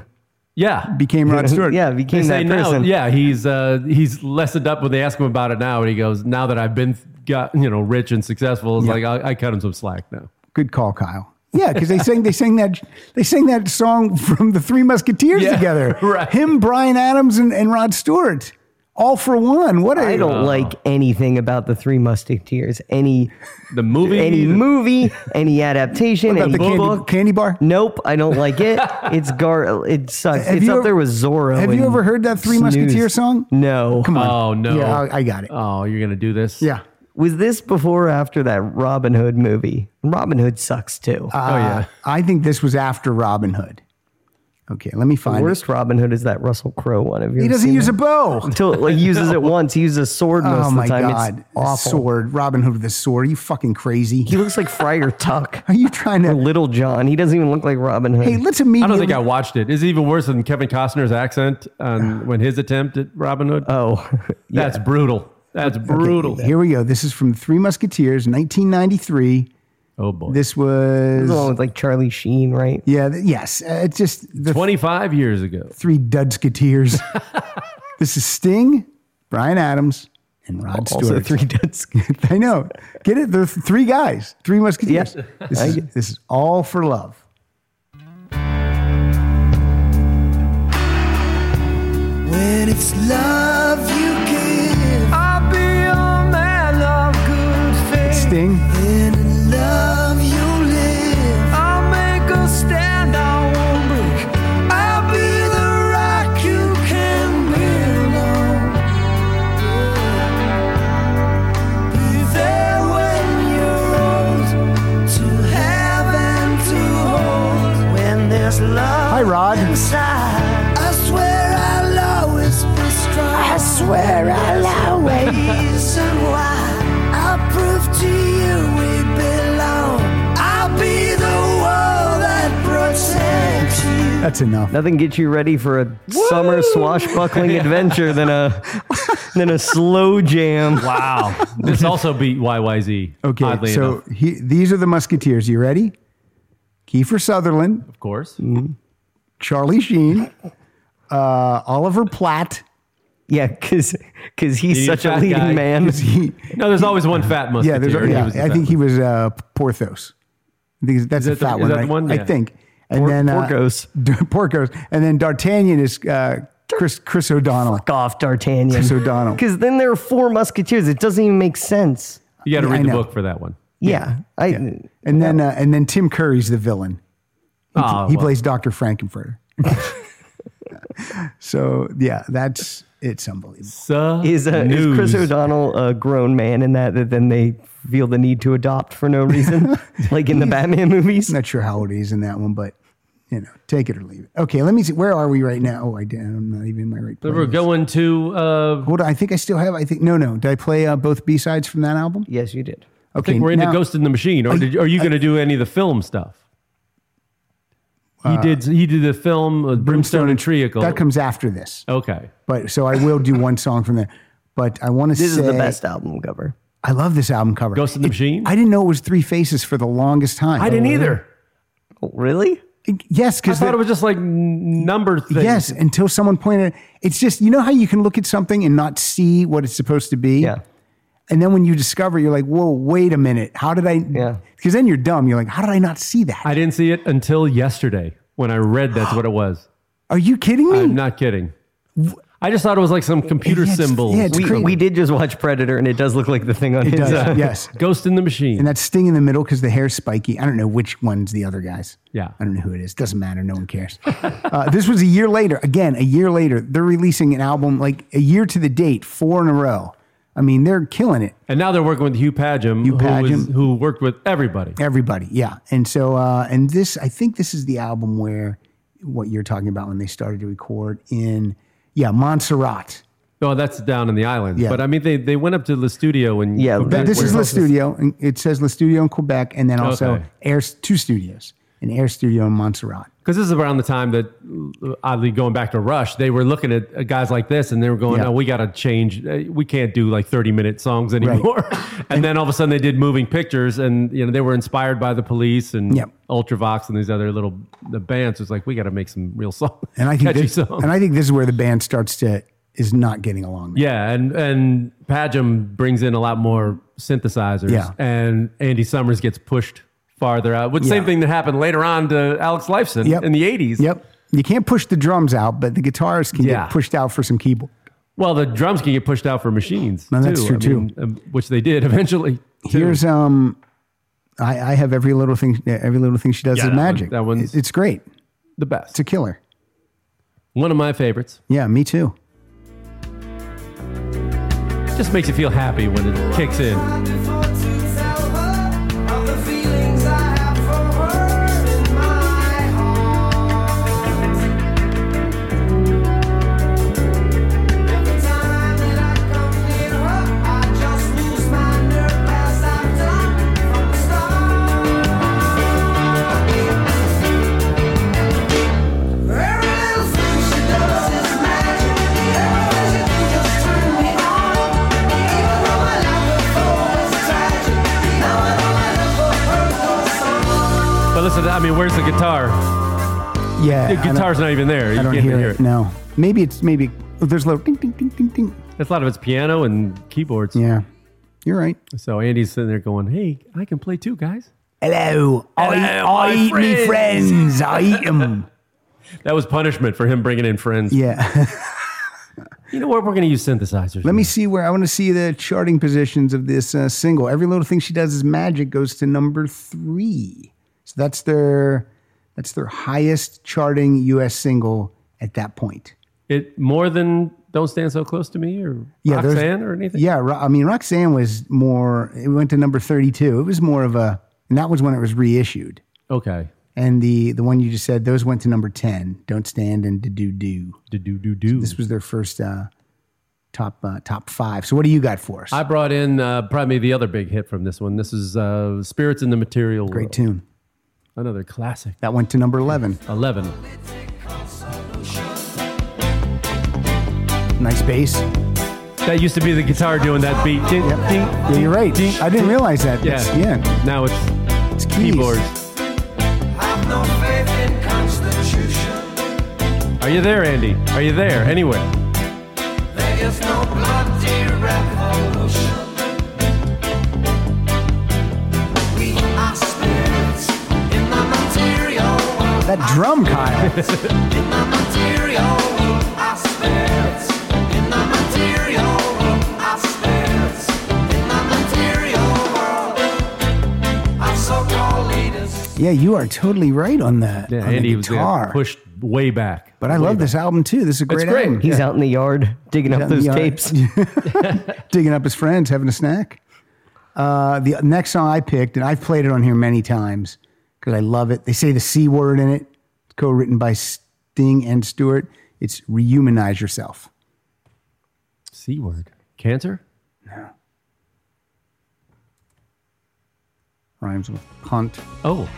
Yeah.
Became Rod Stewart.
Yeah,
They
became
say
that
now,
person.
yeah, he's uh, he's lessened up when they ask him about it now, and he goes, "Now that I've been got you know rich and successful, it's like I, I cut him some slack now."
Good call, Kyle. Yeah, because they sang they sang that they sang that song from the Three Musketeers
Yeah,
together.
right.
Him, Brian Adams, and, and Rod Stewart. All for one. What a
I don't like anything about the Three Musketeers. Any
The movie,
any movie, any adaptation,
about
any
the candy,
book.
candy bar.
Nope, I don't like it. It's gar. It sucks.
Uh, Have
uh, it's
you
up
ever-
there with Zorro.
Have you
and
ever heard that Three
Snooze.
Musketeer song?
No.
Come on.
Oh no!
Yeah, I, I got it.
oh, you're gonna do this?
yeah.
Was this before or after that Robin Hood movie? Robin Hood sucks too.
Ah,
Oh yeah.
Uh, I think this was after Robin Hood. Okay, let me
the
find it.
worst Robin Hood is that Russell Crowe one. Have you
He
ever
doesn't
seen
use
that?
a bow.
Until like, he uses it once. He uses a sword most
Oh
of the
my
time.
god.
It's
A
awful.
sword. Robin Hood with a sword. Are you fucking crazy?
He looks like Friar Tuck
Are you trying
or
to
Little John. He doesn't even look like Robin Hood.
Hey, let's
I
immediately
don't think I watched it. It's even worse than Kevin Costner's accent on when his attempt at Robin Hood.
oh, yeah.
That's brutal. That's brutal.
Uh, Here we go. This is from Three Musketeers, 1993.
Oh boy.
This
That's the one
was
with like Charlie Sheen, right?
yeah, th- yes. Uh, it's just the
Twenty-five years ago.
three Dudsketeers. this is Sting, Brian Adams, and Rod
Also
Stewart.
three dead skin.
I know. Get it? They're th- three guys, three Musketeers.
Yeah.
This, is, this is all for love.
When it's love you give, I'll be a man of good faith.
Sting,
And in love you live, I'll make a stand, I won't break. I'll be the rock you can build on. Be there when you're old, to have and to hold. When there's love
Hi, Rod.
inside, I swear I'll always be strong. I swear I'll always. Reason why I'll prove to you we belong. I'll be the wall that protects you.
a That's enough.
Nothing gets you ready for a summer swashbuckling adventure than a than a slow jam.
Wow. this also beat YYZ.
Okay,
Oddly
so
enough,
he, these are the Musketeers. You ready? Kiefer Sutherland,
of course.
Mm-hmm. Charlie Sheen, uh, Oliver Platt.
Yeah, because he's
He's
such
a
a
fat
leading
guy.
man.
He,
No, there's always one fat musketeer.
yeah, there's,
and he
yeah
was the
I
fat
think he
one.
was uh, Porthos. I think that's
that
a
the-
fat one,
is that the
right?
one?
I
Yeah.
think. And
Por-
then uh,
Porcos.
Porcos. And then D'Artagnan is uh, Chris Chris O'Donnell.
Fuck off, D'Artagnan.
Chris O'Donnell.
Because then there are four musketeers. It doesn't even make sense.
You got to
Yeah, I
read the
know.
book for that one.
Yeah, I.
And then uh, and then Tim Curry's the villain.
Ah,
he
well,
plays Dr. Frankenfurter. so yeah, that's it's unbelievable.
Suh
Is, uh, is
news.
Chris O'Donnell a grown man in that that then they feel the need to adopt for no reason, like in the Batman movies?
Not sure how old he is in that one, but you know, take it or leave it. Okay, let me see. Where are we right now? Oh, I did. I'm not even in my right.
We're
playlist.
going to. Uh,
Hold on, I think I still have. I think no, no. Did I play uh, both B sides from that album?
Yes, you did.
I
Okay,
think we're into
now-
Ghost in the Machine, or did, are you going to do any of the film stuff? he did. He did the film uh, Brimstone and Treacle.
Uh, That comes after this,
okay.
but so I will do one song from there. But I want to say
This is the best album cover.
I love this album cover.
Ghost in the
It-
Machine?
I didn't know it was Three Faces for the longest time.
I didn't either.
Oh, really?
Yes,
I
because
thought it was just like n- number things.
Yes, until someone pointed. It's just you know how you can look at something and not see what it's supposed to be.
Yeah.
And then when you discover, you're like, "Whoa, wait a minute! How did I?"
Yeah.
Because then you're dumb. You're like, "How did I not see that?"
I didn't see it until yesterday when I read that's what it was.
Are you kidding me?
I'm not kidding. I just thought it was like some computer
Yeah, it's-
symbol.
yeah, it's
We,
crazy.
we did just watch Predator, and it does look like the thing on
It
his.
does.
uh,
yes.
Ghost in the Machine.
And that sting in the middle because the hair's spiky. I don't know which one's the other guy's.
Yeah.
I don't know who it is. Doesn't matter. No one cares. uh, this was a year later. Again, a year later. They're releasing an album like a year to the date, four in a row. I mean, they're killing it.
and now they're working with Hugh Padgham,
Hugh
Who, was,
Padgham.
who worked with everybody.
Everybody, yeah. And so, uh, and this, I think this is the album where what you're talking about when they started to record in, yeah, Montserrat.
Oh, that's down in the islands.
Yeah.
But I mean, they, they went up to the studio and
Yeah,
Okay,
Th- this
where-
is Le Studio, and it says Le Studio in Quebec, and then also
Okay.
Air Two Studios, an Air Studio in Montserrat.
Because this is around the time that, oddly, going back to Rush, they were looking at uh, guys like this and they were going,
Yeah.
oh, we got to change. Uh, We can't do like 30 minute songs anymore. and, then all of a sudden they did moving pictures and, you know, they were inspired by the police and
Yep.
Ultravox and these other little the bands. It's like, we got to make some real songs.
And I think
catchy
this,
songs.
and I think this is where the band starts to is not getting along. now.
yeah. And, and Padgham brings in a lot more synthesizers.
Yeah.
And Andy Summers gets pushed farther out. Which same
Yeah.
thing that happened later on to Alex Lifeson
Yep.
in the 80s.
Yep. You can't push the drums out, but the guitars can
Yeah.
get pushed out for some keyboard.
Well, the drums can get pushed out for machines.
No, that's
too.
true, too.
mean, um, which they did eventually. too.
Here's um, I, I have every little thing. Every little thing she does
Yeah,
is
that one-
magic.
that one's-
It- it's great.
the best.
It's a killer.
One of my favorites.
Yeah, me too.
Just makes you feel happy when it kicks in. But listen, I mean, where's the guitar?
Yeah,
The
I don't-
guitar's not even there. You
I don't
can't
hear,
even
it. No, maybe it's maybe oh, there's a little ding ding ding ding ding.
That's a lot of it's piano and keyboards.
Yeah, you're right.
So Andy's sitting there going, "Hey, I can play too, guys."
Hello, I,
Hello,
I
my
eat me
friends.
friends. I eat them.
That was punishment for him bringing in friends.
yeah.
You know what? We're going to use synthesizers.
Let me see where I want to see the charting positions of this uh, single. Every little thing she does is magic goes to number three. So that's their that's their highest charting U.S. single at that point.
It more than "Don't Stand So Close to Me" or
Yeah, there's-
Roxanne or anything.
Yeah, Ro- I mean Roxanne was more. It went to number thirty-two. It was more of a, and that was when it was reissued.
Okay.
And the the one you just said, those went to number ten. Don't stand and do do.
Do do do do.
This was their first uh, top uh, top five. So what do you got for us?
I brought in uh, probably the other big hit from this one. This is uh, "Spirits in the Material
Great
World."
tune.
Another classic.
That went to number eleven.
11.
Nice bass.
That used to be the guitar doing that beat. Ding,
Yep.
ding,
Yeah, you're right. I didn't realize that.
Yeah.
It's- yeah.
Now it's
It's keys.
keyboards.
Have no faith in constitution.
Are you there, Andy? Are you there? Anyway,
There is no bloody revolution. We are spirits in the material world.
That drum, Kyle.
In the material world, are spirits. In the material world, are spirits. In the material world, our so-called leaders.
yeah, you are totally right on that.
yeah,
on the
Andy was
guitar.
there, pushed way back.
But I love this album too. This is a great,
great.
album.
He's out in the yard digging
Yeah,
up those
yeah.
tapes.
digging up his friends, having a snack. Uh, the next song I picked, and I've played it on here many times because I love it. They say the C word in it. It's co written by Sting and Stewart. It's Rehumanize Yourself.
C word. Cancer?
Rhymes with cunt.
Oh.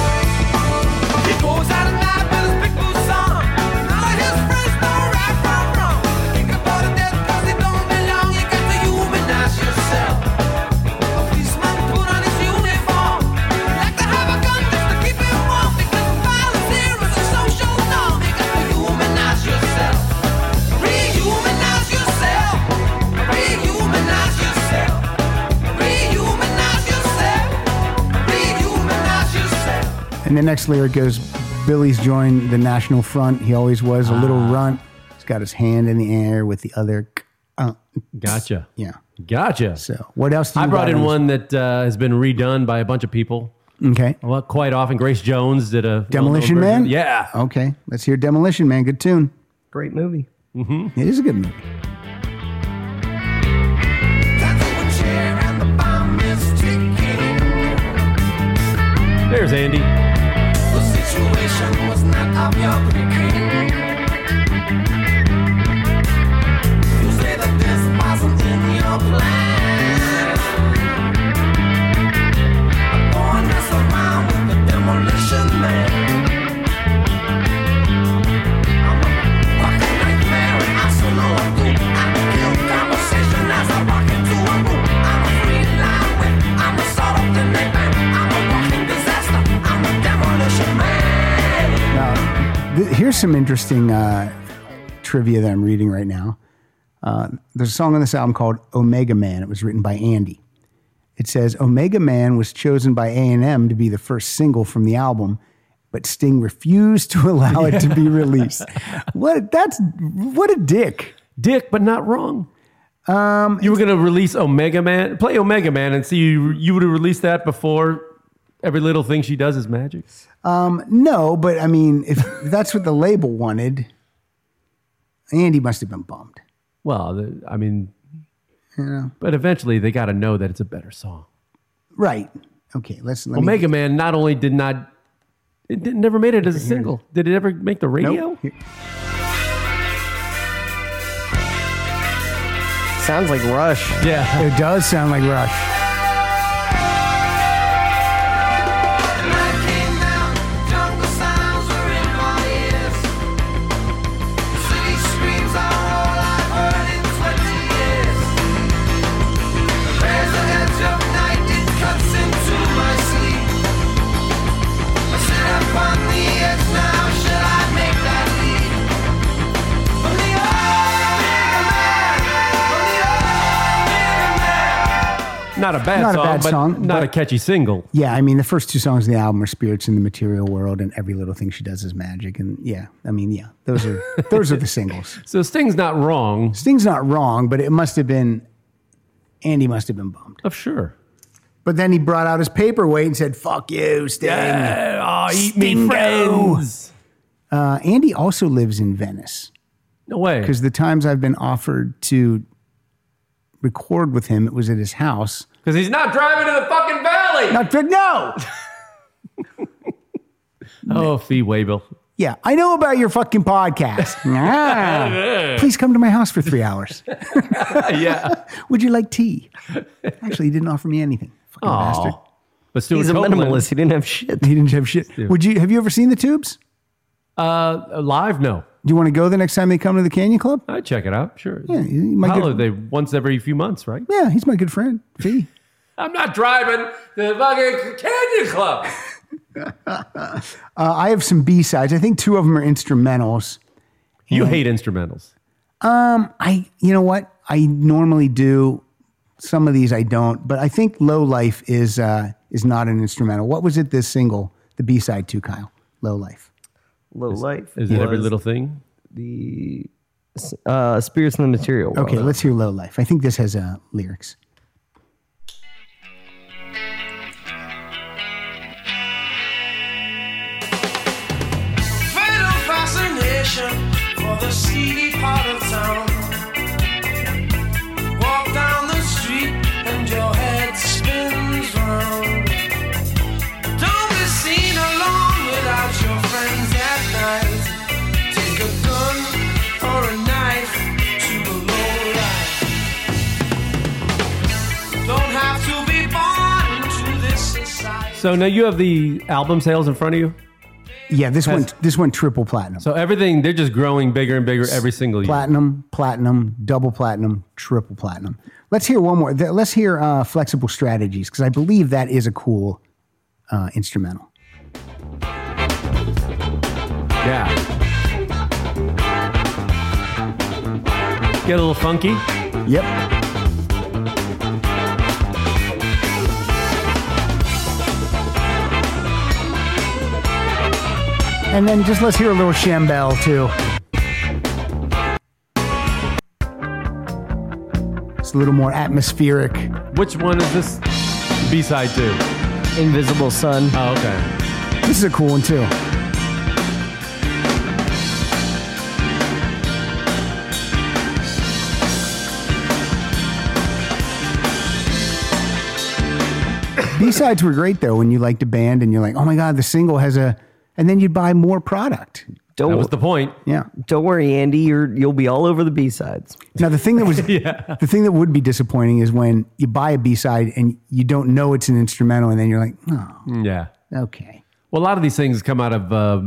He goes out at night with his big boots on. None of his friends know right from wrong. Think about it then, 'cause they don't belong. You got to humanize yourself. A policeman put on his uniform. Like to have a gun just to keep him warm. Because violence here is a social norm. You got to humanize yourself. Rehumanize yourself. Rehumanize yourself. Rehumanize yourself. Rehumanize yourself.
And the next lyric goes Billy's joined the National Front. He always was a little
Ah.
runt. He's got his hand in the air with the other. k- Uh,
Gotcha.
yeah.
Gotcha.
So what else? Do you
I brought
got
in
on
one that uh, has been redone by a bunch of people.
this? Okay.
Well, quite often, Grace Jones did a
Demolition
well-known version.
Man?
Yeah,
Okay. Let's hear Demolition Man. Good tune.
Great movie.
It is a good movie.
there's Andy.
Th- Here's some interesting uh, trivia that I'm reading right now. Uh, there's a song on this album called Omega Man. It was written by Andy. It says Omega Man was chosen by A&M to be the first single from the album, but Sting refused to allow it to be released. what that's what a dick.
Dick, but not wrong. Um, you were gonna release Omega Man, play Omega Man, and see you, you would have released that before every little thing she does is magic.
Um, No, but I mean, if that's what the label wanted, Andy must have been bummed.
Well, the, I mean, but eventually they got to know that it's a better song.
Right. Okay, let's let me
Omega Man not only did not, it did, never made it as a single. Did it ever make the radio?
Nope. Here-
Sounds like Rush.
Yeah,
It does sound like Rush.
not a bad
Not a
song,
bad
but
song,
not
but-
a catchy single.
Yeah, I mean, the first two songs of the album are "Spirits in the Material World" and "Every Little Thing She Does Is Magic." And yeah, I mean, yeah, those are those are the singles.
So Sting's not wrong.
Sting's not wrong, but it must have been Andy must have been bummed.
Of sure.
But then he brought out his paperweight and said, "Fuck you, Sting."
Oh, eat
Stingo.
me friends.
Uh, Andy also lives in Venice
No way.
because the times I've been offered to record with him, it was at his house.
Because he's not driving to the fucking valley.
Not no.
Oh, Fee Waybill.
Yeah, I know about your fucking podcast. Ah, please come to my house for three hours.
yeah.
Would you like tea? Actually, he didn't offer me anything. Fucking bastard.
Aw. But Stuart
He's a
Copeland,
minimalist. He didn't have shit.
He didn't have shit. Would you have you ever seen the tubes?
Uh, live? No.
Do you want to go the next time they come to the Canyon Club?
I check it out. Sure.
Yeah, he- my
Hello,
good-
they once every few months, right?
Yeah, he's my good friend. Fee.
I'm not driving the fucking Canyon Club.
Uh, I have some B sides. I think two of them are instrumentals.
You hate instrumentals.
I, you know what? I normally do. Some of these I don't, but I think "Low Life" is uh, is not an instrumental. What was it? This single, the B side to Kyle, "Low Life."
Low life.
Is it every
was
little thing?
the uh, spirits in the material? World.
Okay, let's hear "Low Life." I think this has uh, lyrics.
fatal fascination for the seedy part of town. Walk down the street and your head spins round. Don't be seen alone without your friends at night. Take a gun or a knife to the low life. Don't have to be born into this society.
So now you have the album sales in front of you.
Yeah, this one this one triple platinum,
So everything they're just growing bigger and bigger every single year.
platinum, platinum, double platinum, triple platinum. Let's hear one more. Th- Let's hear uh, "Flexible Strategies" because I believe that is a cool uh, instrumental.
Yeah. Get a little funky.
Yep. And then just let's hear a little shambell too. It's a little more atmospheric.
Which one is this B side to?
Invisible Sun.
Oh, okay.
This is a cool one too. B sides were great though when you liked a band and you're like, oh my god, the single has a, and then you'd buy more product.
Don't
That was the point.
Yeah.
don't worry, Andy. You're you'll be all over the B sides.
Now the thing that was the thing that would be disappointing is when you buy a B side and you don't know it's an instrumental, and then you're like, oh,
Mm, Yeah.
okay,
Well, a lot of these things come out of uh,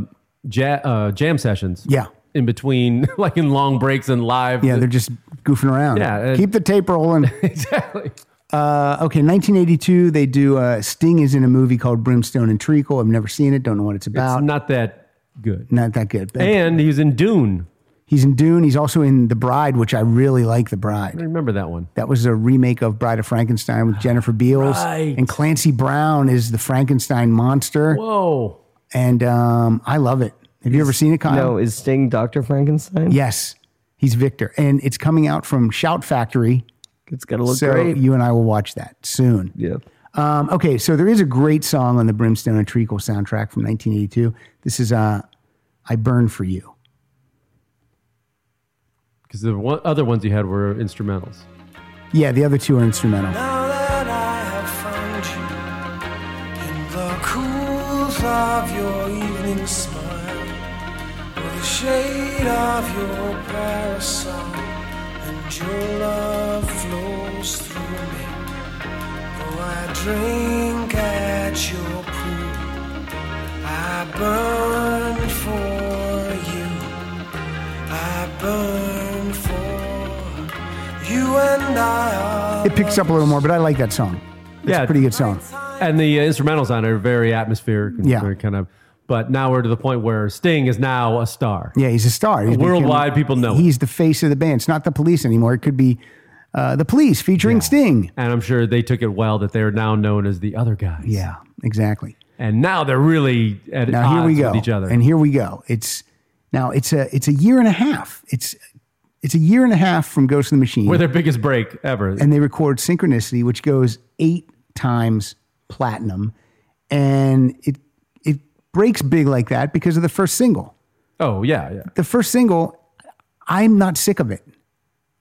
ja- uh, jam sessions.
Yeah.
In between, like in long breaks and live.
yeah, they're just goofing around.
Yeah, it-
keep the tape rolling. Uh,
exactly.
Okay, 1982, they do uh, Sting is in a movie called Brimstone and Treacle. I've never seen it, don't know what it's
It's
about. not,
not that good.
that good. But
And he's in Dune.
he's in Dune. He's also in The Bride, which I really like. The
I
Bride.
remember that one.
That was a remake of Bride of Frankenstein with Jennifer Beals.
Right.
And Clancy Brown is the Frankenstein monster.
Whoa.
And um, I love it. Have you ever seen it, Kyle?
No, is Sting Doctor Frankenstein?
Yes, he's Victor. And it's coming out from Shout Factory.
it's gotta look
so
great.
you and I will watch that soon.
yeah,
Um, okay, so there is a great song on the Brimstone and Treacle soundtrack from 1982. This is uh, "I Burn for You."
Because the one, other ones you had were instrumentals.
Yeah, the other two are instrumental.
Now that I have found you in the cool of your evening smile, or the shade of your parasol, and your love flows through me. Though I drink at your pool, I burn for you. I burn for you and I are.
It picks up a little more, but I like that song. It's
Yeah.
a pretty good song.
And the uh, instrumentals on it are very atmospheric and
Yeah.
very kind of. But now we're to the point where Sting is now a star.
Yeah, he's a star. He's
Worldwide,
became-
people know him.
He's the face of the band. It's not the police anymore. It could be uh, the police featuring Sting.
And I'm sure they took it well that they're now known as the other guys.
Yeah, exactly.
And now they're really at
Now
odds
here we go.
with each other.
And here we go. It's now it's a it's a year and a half. It's it's a year and a half from Ghost of the Machine.
we're their biggest break ever.
and they record Synchronicity, which goes eight times platinum, and it it breaks big like that because of the first single.
oh yeah, yeah.
The first single, I'm not sick of it.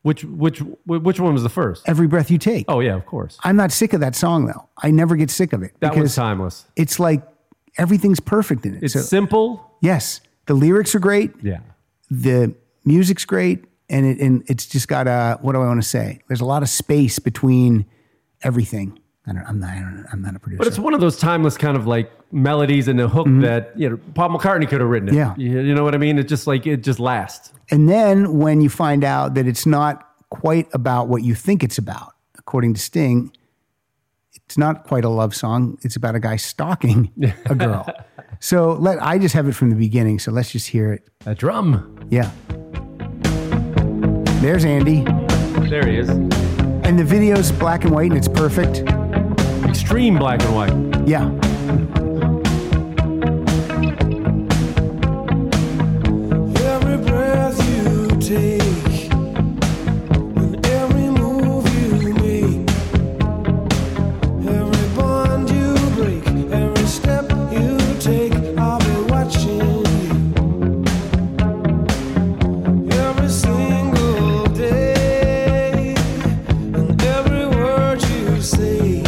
Which which which one was the first?
Every breath you take.
Oh yeah, of course.
I'm not sick of that song though. I never get sick of it
That
because
one's timeless.
it's like everything's perfect in it.
It's
so,
simple.
yes, The lyrics are great.
Yeah.
The music's great, and it and it's just got a what do I want to say? There's a lot of space between everything. I don't, I'm not. I don't, I'm not a producer.
But it's one of those timeless kind of like melodies and the hook that you know Paul McCartney could have written it.
Mm-hmm. Yeah.
You, you know what I mean? It just like it just lasts.
And then when you find out that it's not quite about what you think it's about, according to Sting, it's not quite a love song. It's about a guy stalking a girl. so let I just have it from the beginning. So let's just hear it.
A drum.
Yeah. There's Andy.
There he is.
And the video's black and white and it's perfect.
Extreme black and white.
Yeah.
Every breath you take, and every move you make, every bond you break, every step you take, I'll be watching you. Every single day, and every word you say.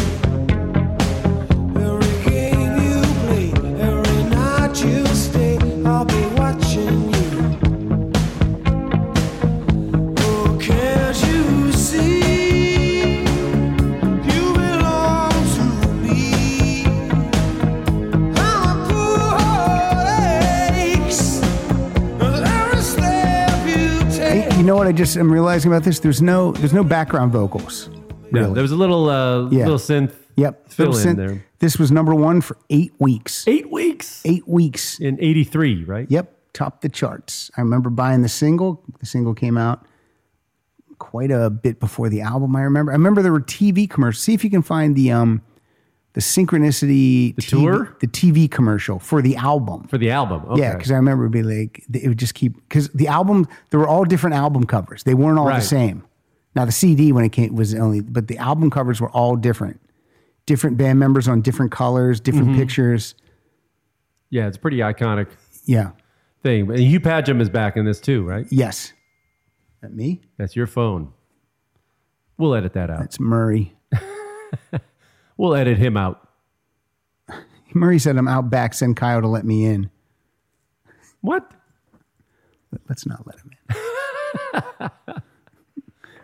Every game you play, every night you stay, I'll be watching you. Oh, can't you see? You belong to me. I'm a poor every step you take.
You know what I just am realizing about this? There's no there's no background vocals.
Yeah. There was a little uh,
Yeah.
little synth.
Yep.
Fill
Little
in
synth.
there.
This was number one for eight weeks.
Eight weeks
Eight weeks.
in '83, right?
Yep, topped the charts. I remember buying the single. The single came out quite a bit before the album. I remember. I remember there were TV commercials. See if you can find the um the synchronicity the
tour?
the TV commercial for the album.
For the album. Okay.
Yeah, because I remember it'd be like it would just keep because the album there were all different album covers. They weren't all
Right.
the same. Now the CD when it came was only, but the album covers were all different. Different band members on different colors, different
Mm-hmm.
pictures.
yeah, it's a pretty iconic
Yeah.
thing. And Hugh Padgham is back in this too, right?
Yes. That me?
That's your phone. We'll edit that out.
That's Murray.
We'll edit him out.
Murray said, I'm out back. Send Kyle to let me in.
What?
But let's not let him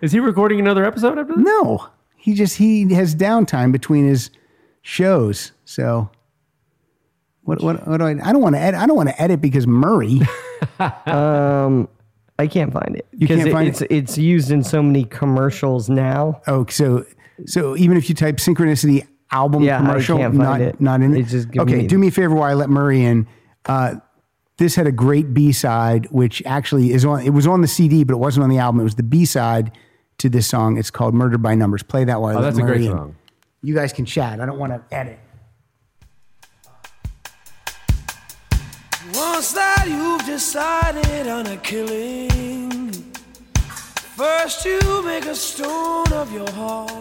Is he recording another episode after
in.
this?
No, he just, he has downtime between his shows. So what, what, what do I, I don't want to edit. I don't want to edit because Murray,
I can't find it because
can't
it,
find
it's it's used in so many commercials now.
oh, so, so even if you type synchronicity album
Yeah, I
commercial,
can't find
not,
it.
not in it.
It's just giving
okay.
me-
Do me a favor while I let Murray in. Uh, this had a great B side, which actually is on, it was on the CD, but it wasn't on the album. It was the B side to this song. It's called Murder by Numbers. Play that while I
Oh,
let
that's a great
Murray in.
song.
You guys can chat. I don't want to edit.
Once that you've decided on a killing, first you make a stone of your heart.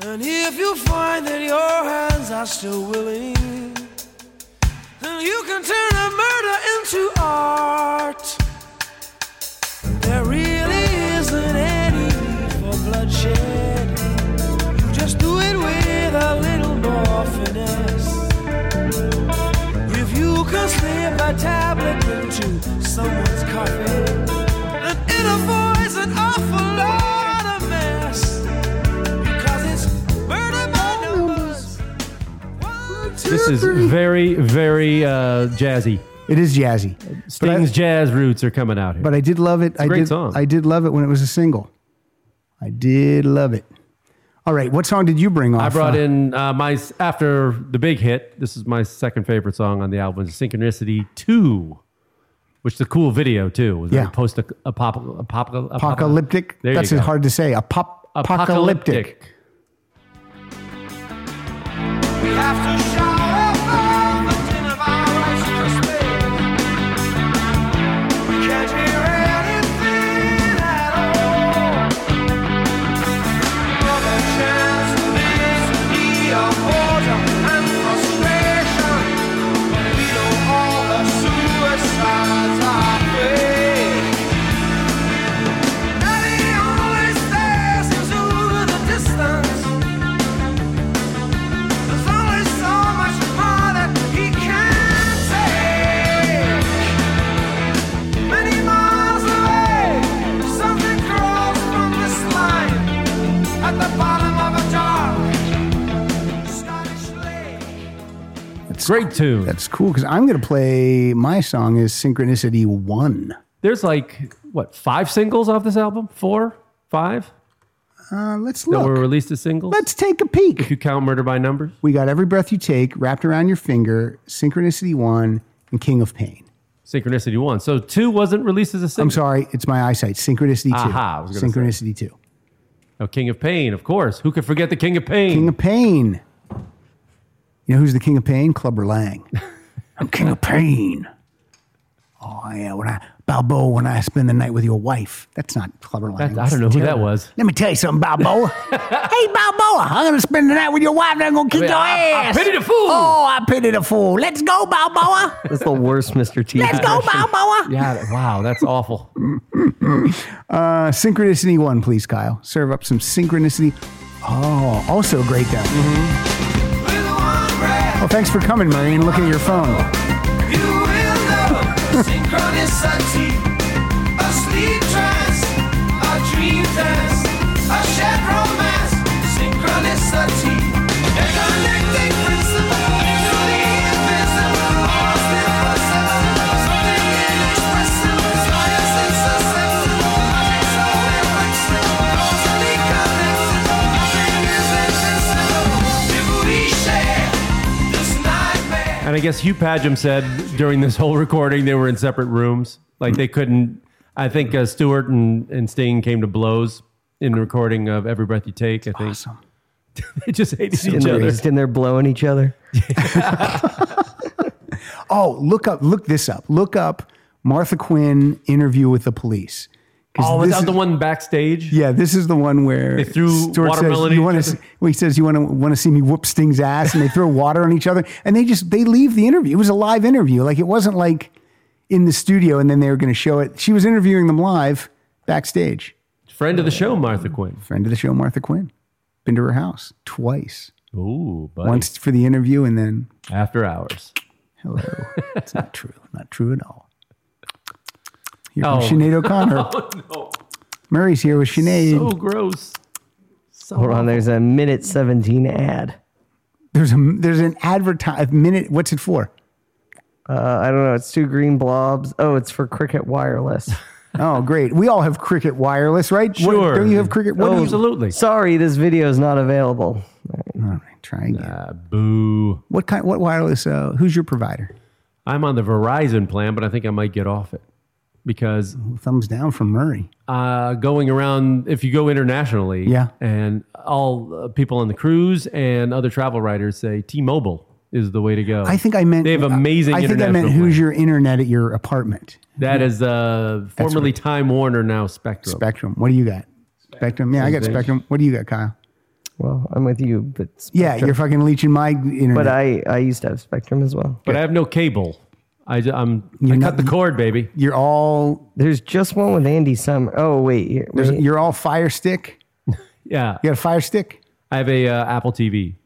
And if you find that your hands are still willing, then you can turn a murder into art. There really isn't any need for bloodshed. You just do it with a little more finesse. If you can slip a tablet into someone's coffin, and it avoids an awful lot of mess. Because it's murder by numbers. One, two,
This is very, very uh, jazzy.
It is jazzy, but I,
Sting's jazz roots are coming out here.
but I did love it. I
great
did.
song.
I did love it when it was a single. I did love it. All right, what song did you bring off?
I brought
uh,
in uh, my after the big hit. This is my second favorite song on the album, Synchronicity Two, which is a cool video too. It was
Yeah.
post apocalyptic.
apocalyptic.
There you
That's
go.
hard to say. Apop- apocalyptic.
We have to shower above the din of our righteous despair. We can't hear anything at all. For the chance to this be of order and frustration. We know all the suicides are fake. Now the only stairs is over the distance. There's only so
That's
Great tune.
That's cool because I'm gonna play my song is Synchronicity One.
There's like what five singles off this album? Four, five
Uh, let's
that were
look.
released as singles.
Let's take a
If
peek.
you count Murder by Numbers,
We got Every Breath You Take, Wrapped Around Your Finger, Synchronicity One, and King of Pain.
Synchronicity one. So two wasn't released as a single.
I'm sorry, it's my eyesight. Synchronicity Two.
Aha, I was gonna say.
Synchronicity Two.
Oh, King of Pain, of course. Who could forget the King of Pain?
King of Pain. You know who's the King of Pain? Clubber Lang. I'm King of Pain. Oh yeah, when I Balboa, when I spend the night with your wife. That's not Clubber Lang.
That- I
That's
don't know who that
terrible.
was.
Let me tell you something, Balboa. hey Balboa, I'm gonna spend the night with your wife and I'm gonna kick
I-
your
I- I
ass.
pity the fool.
Oh, I pity the fool. Let's go, Balboa.
That's the worst Mr. T.
Let's go,
impression.
Balboa.
Yeah, that- wow, that's awful.
Uh, synchronicity one, please, Kyle. Serve up some synchronicity. Oh, also great though.
Mm-hmm.
Well, thanks for coming, Murray, and looking at your phone.
Nightmare.
And I guess Hugh Padgham said during this whole recording they were in separate rooms. Like they couldn't. I think uh, Stewart and, and Sting came to blows in the recording of Every Breath You Take. I think
Awesome.
they just hated
In
each
there,
other.
just in there blowing each other.
Oh, look up, look this up. Look up Martha Quinn interview with the police. 'Cause
Oh, was
this
that
is-
the one backstage?
Yeah, this is the one where
They threw watermelon
says,
at
you
each
want
other?"
to, well, he says you want to want to see me whoop Sting's ass, and they throw water on each other, and they just they leave the interview. It was a live interview, like it wasn't like in the studio, and then they were going to show it. She was interviewing them live backstage.
Friend of the show, Martha Quinn.
Friend of the show, Martha Quinn, been to her house twice,
Ooh, buddy.
once for the interview, and then
after hours.
hello. it's not true, not true at all. Here comes
Oh.
Sinead O'Connor.
Oh no,
Murray's here with Sinead.
so gross. So
Hold on, there's a minute 17 ad.
there's a there's an advertise minute. What's it for?
Uh, I don't know. It's two green blobs. Oh, it's for Cricket Wireless.
Oh, great. We all have Cricket Wireless, right? What-
Sure. Oh,
don't you have Cricket? What do you-
Absolutely.
Sorry, this video is not available.
All right, try again.
Ah, boo.
What kind? What wireless? Uh, who's your provider?
I'm on the Verizon plan, but I think I might get off it because
Thumbs down from Murray.
uh, going around, if you go internationally,
Yeah.
and all uh, people on the cruise and other travel writers say T-Mobile is the way to go.
I think I meant
they have amazing.
I think I meant
international
who's
plans.
your internet at your apartment?
That is uh, formerly Time Warner, now Spectrum.
Spectrum. What do you got? Spectrum. Yeah, I got
Spectrum.
Spectrum. What do you got, Kyle?
Well, I'm with you, but
Yeah, you're fucking leeching my internet.
uh,
But I, I used to have Spectrum as well.
but I have no cable. I, am I
You're not-
cut the cord, baby.
you're all
There's just one with Andy Summer. Oh wait, here-
there's-
wait.
you're all Fire Stick.
Yeah,
You got a Fire Stick?
I have a uh, Apple TV.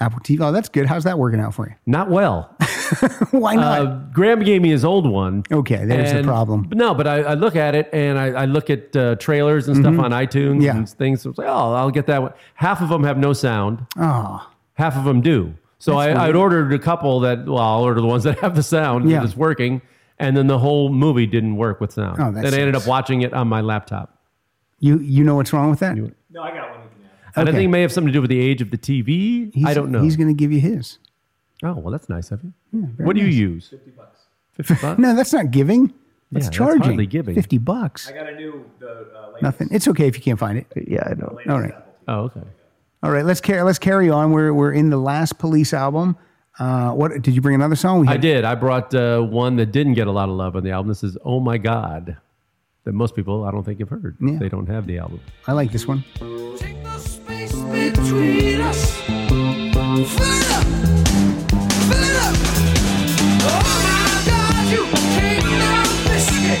Apple TV. Oh, that's good. How's that working out for
Not well.
you? Why not?
Uh, Graham gave me his old one.
Okay, there's the
And-
problem.
No, but I, I look at it and I, I look at uh, trailers and stuff on iTunes
Mm-hmm. Yeah.
and things. So it's like, oh, I'll get that one. Half of them have no sound.
Oh,
Half of them do. So I, I'd ordered a couple that. Well, I'll order the ones that have the sound
Yeah.
that is working. And then the whole movie didn't work with sound.
Oh, that
then I ended
sucks.
up watching it on my laptop.
you you know what's wrong with that?
And I
Okay.
think it may have something to do with the age of the TV.
He's-
I don't know.
He's going to give you his.
oh, well, that's nice of you. what do you use? 50 bucks. 50 bucks?
No, that's not giving. That's
Yeah, that's
charging.
hardly giving.
Fifty bucks. I got a new the nothing. It's okay if you can't find it.
yeah, I know.
All right,
Oh, okay.
all right. Let's carry. Let's carry on. We're we're in the last Police album. Uh, what did you bring another song? We
I did. I brought uh, one that didn't get a lot of love on the album. This is Oh My God, that most people I don't think have heard.
Yeah.
They don't have the album.
I like this one.
Take the space between us. Fill it up. Fill it up. Oh my God, you came down biscuit.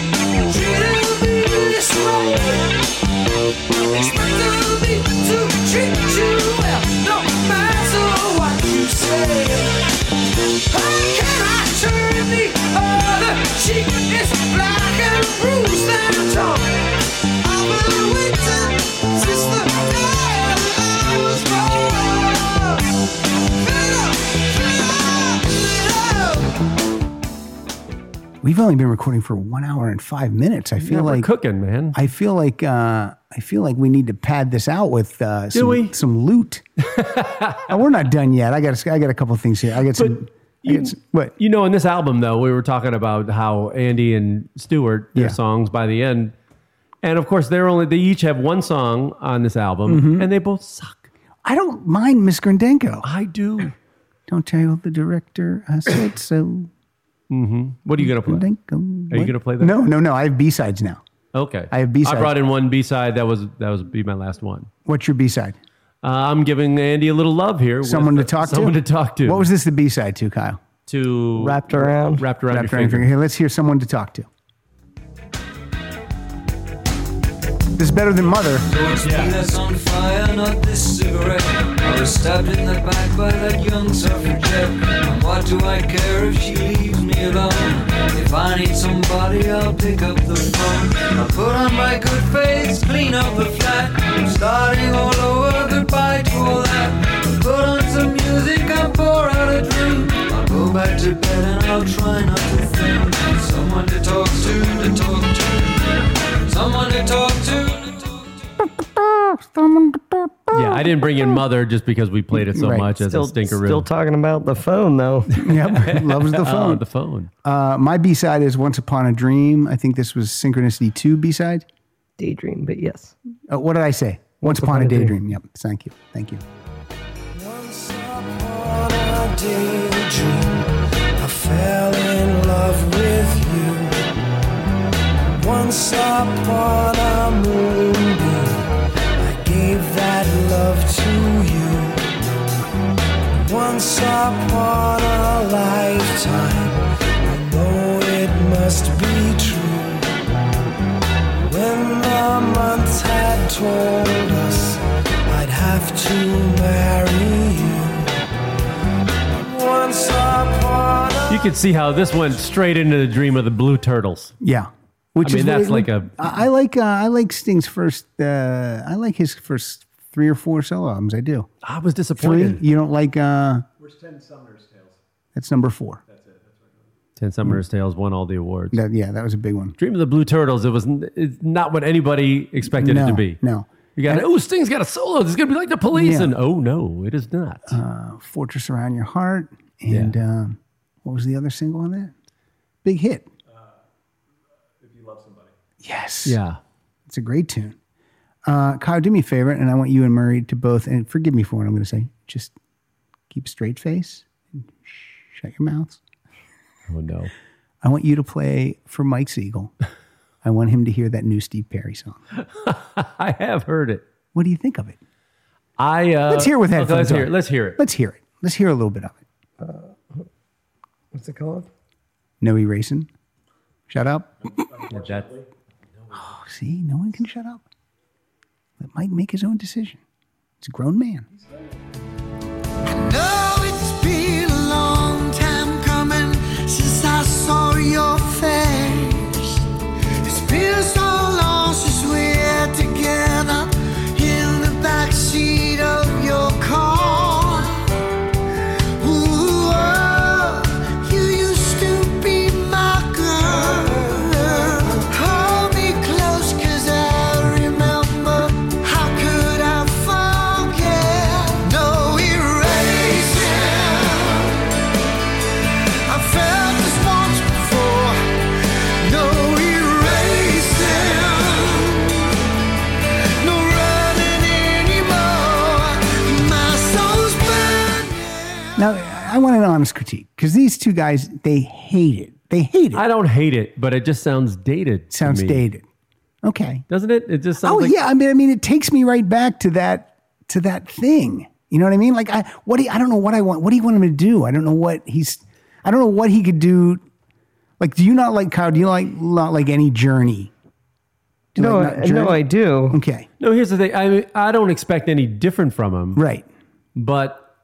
Treated me this way. Expected me to treat you well, no matter what you say. How can I turn the other cheek? It's black and bruised and torn. I've been waiting since the day I was born. Fill up, fill up.
We've only been recording for one hour and five minutes. I feel
Yeah, we're
like
cooking, man.
I feel like uh, I feel like we need to pad this out with uh, some,
we?
some loot. Uh, we're not done yet. I got I got a couple things here. I got some. I got some what?
You know, in this album, though, we were talking about how Andy and Stewart, their
Yeah.
songs by the end, and of course, they're only they each have one song on this album,
Mm-hmm.
and they both suck.
I don't mind Miss Grindenko.
I do.
Don't tell the director I said so.
What are you gonna play?
Grindenko.
Are you
What?
gonna play that?
No, no, no. I have B sides now.
Okay,
I have B-sides.
I brought in one B side. That was that was be my last one.
What's your B side?
Uh, I'm giving Andy a little love here. with
Someone to
the-
talk
someone
to.
to talk to.
What was this? The B side to Kyle.
to
Wrapped around.
wrapped around
Wrapped around
your
your
finger?
finger. Here, let's hear someone to talk to. This is better than Mother.
Those peanuts on fire, not this cigarette. I was stabbed in the back by that young suffragette. And what do I care if she leaves me alone? If I need somebody, I'll pick up the phone. I'll put on my good face, clean up the flat. I'm starting all over, goodbye to all that. I'll put on some music, I'll pour out a drink. I'll go back to bed and I'll try not to think. Someone to talk to, to talk to. Someone to talk to, to talk to.
Yeah, I didn't bring in Mother just because we played it so
Oh. Right.
much as
Still,
a stinker.
still talking about the phone though.
Yep, loves the
oh,
phone.
the phone.
Uh, my B side is Once Upon a Dream. I think this was Synchronicity 2 B side.
Daydream, but yes.
Uh, what did I say? Once, Upon, a Daydream. Yep. Thank you. Thank you.
Once upon a daydream, I fell in love with you. Once upon a moonbeam, I gave that love to you. Once upon a lifetime, I know it must be true. When the months had told us I'd have to marry you. Once upon a
You could see how this went straight into the dream of the Blue Turtles.
Yeah. Which
I mean,
is
that's
what-
like a-
I I like uh, I like Sting's first. Uh, I like his first three or four solo albums. I do.
I was
Three.
disappointed.
You don't like. Uh, Where's Ten Summer's Tales? That's number four.
Ten Summer's Tales won all the awards.
That, yeah, that was a big one.
Dream of the Blue Turtles. It was n- it's not what anybody expected
no,
it to be.
no.
You got oh Sting's got a solo. This is gonna be like the police,
Yeah. Uh,
and oh no, it is not.
Fortress Around Your Heart. And
Yeah.
um, what was the other single on that? Big hit. Uh, if You Love Somebody. Yes.
yeah,
It's a great tune. Uh, Kyle, do me a favor, and I want you and Murray to both, and forgive me for what I'm going to say, just keep a straight face and shut your mouths.
oh no.
I want you to play for Mike Siegel. I want him to hear that new Steve Perry song.
I have heard it.
What do you think of it?
I uh,
Let's hear it with
okay,
headphones
let's hear
on.
it. Let's hear it.
Let's hear it. Let's hear a little bit of it.
Uh, What's it called?
No erasing. Shut up.
Yeah, that-
See, no one can shut up. Let Mike make his own decision. He's a grown man.
No, it's been a long time coming since I saw your face. It's been so long since we're together in the backseat of your car. Ooh, oh, you used to be my girl. Hold me close, 'cause I remember. How could I forget? No erasing. I felt this once before. No erasing. No running anymore. My soul's burning.
Now, I want an honest critique because these two guys, they hate it. They hate it.
I don't hate it, but it just sounds dated. to
Sounds
me.
dated. Okay.
doesn't it? It just sounds
Oh
like
yeah, I mean, I mean, it takes me right back to that to that thing. You know what I mean? Like, I what do you- I don't know what I want. What do you want him to do? I don't know what he's. I don't know what he could do. Like, do you not like Kyle? Do you like not like any journey? Do you
No,
like not
I- no, I do.
Okay,
No, here's the thing. I mean, I don't expect any different from him,
right.
but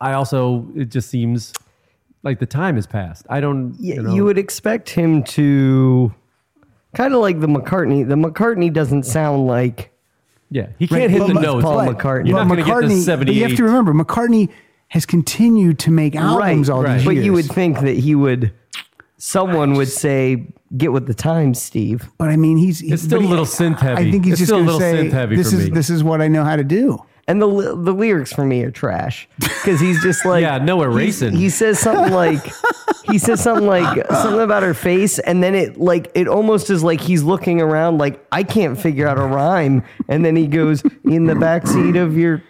I also it just seems like the time has passed. I don't.
Y-
know.
You would expect him to kind of like the McCartney. The McCartney doesn't sound like
Yeah, he can't
Right,
hit
but
the
Mc-
notes.
Paul
But
McCartney.
You're
But
not going to get the
McCartney- but you have
78.
to remember, McCartney has continued to make albums all
right,
these
right.
but
years.
you would think that he would someone would say, "Get with the times, Steve."
But I mean, he's, he's
It's still
but
a
he-
little synth heavy.
I think he's
It's
just
still a
going to
little
say,
synth heavy
this
for
is
me.
this is what I know how to do.
And the ly- the lyrics for me are trash because he's just like,
Yeah, no erasing.
He, he says something like, he says something like something about her face, and then it like it almost is like he's looking around like I can't figure out a rhyme, and then he goes in the backseat of your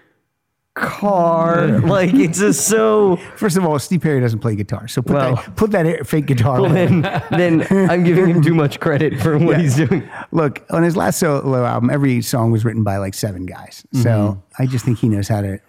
car. Like it's just so.
First of all, Steve Perry doesn't play guitar, so put
Well-
that put that fake guitar.
Well,
away.
then, then I'm giving him too much credit for what he's doing.
Look, on his last solo album, every song was written by like seven guys. So I just think he knows how to.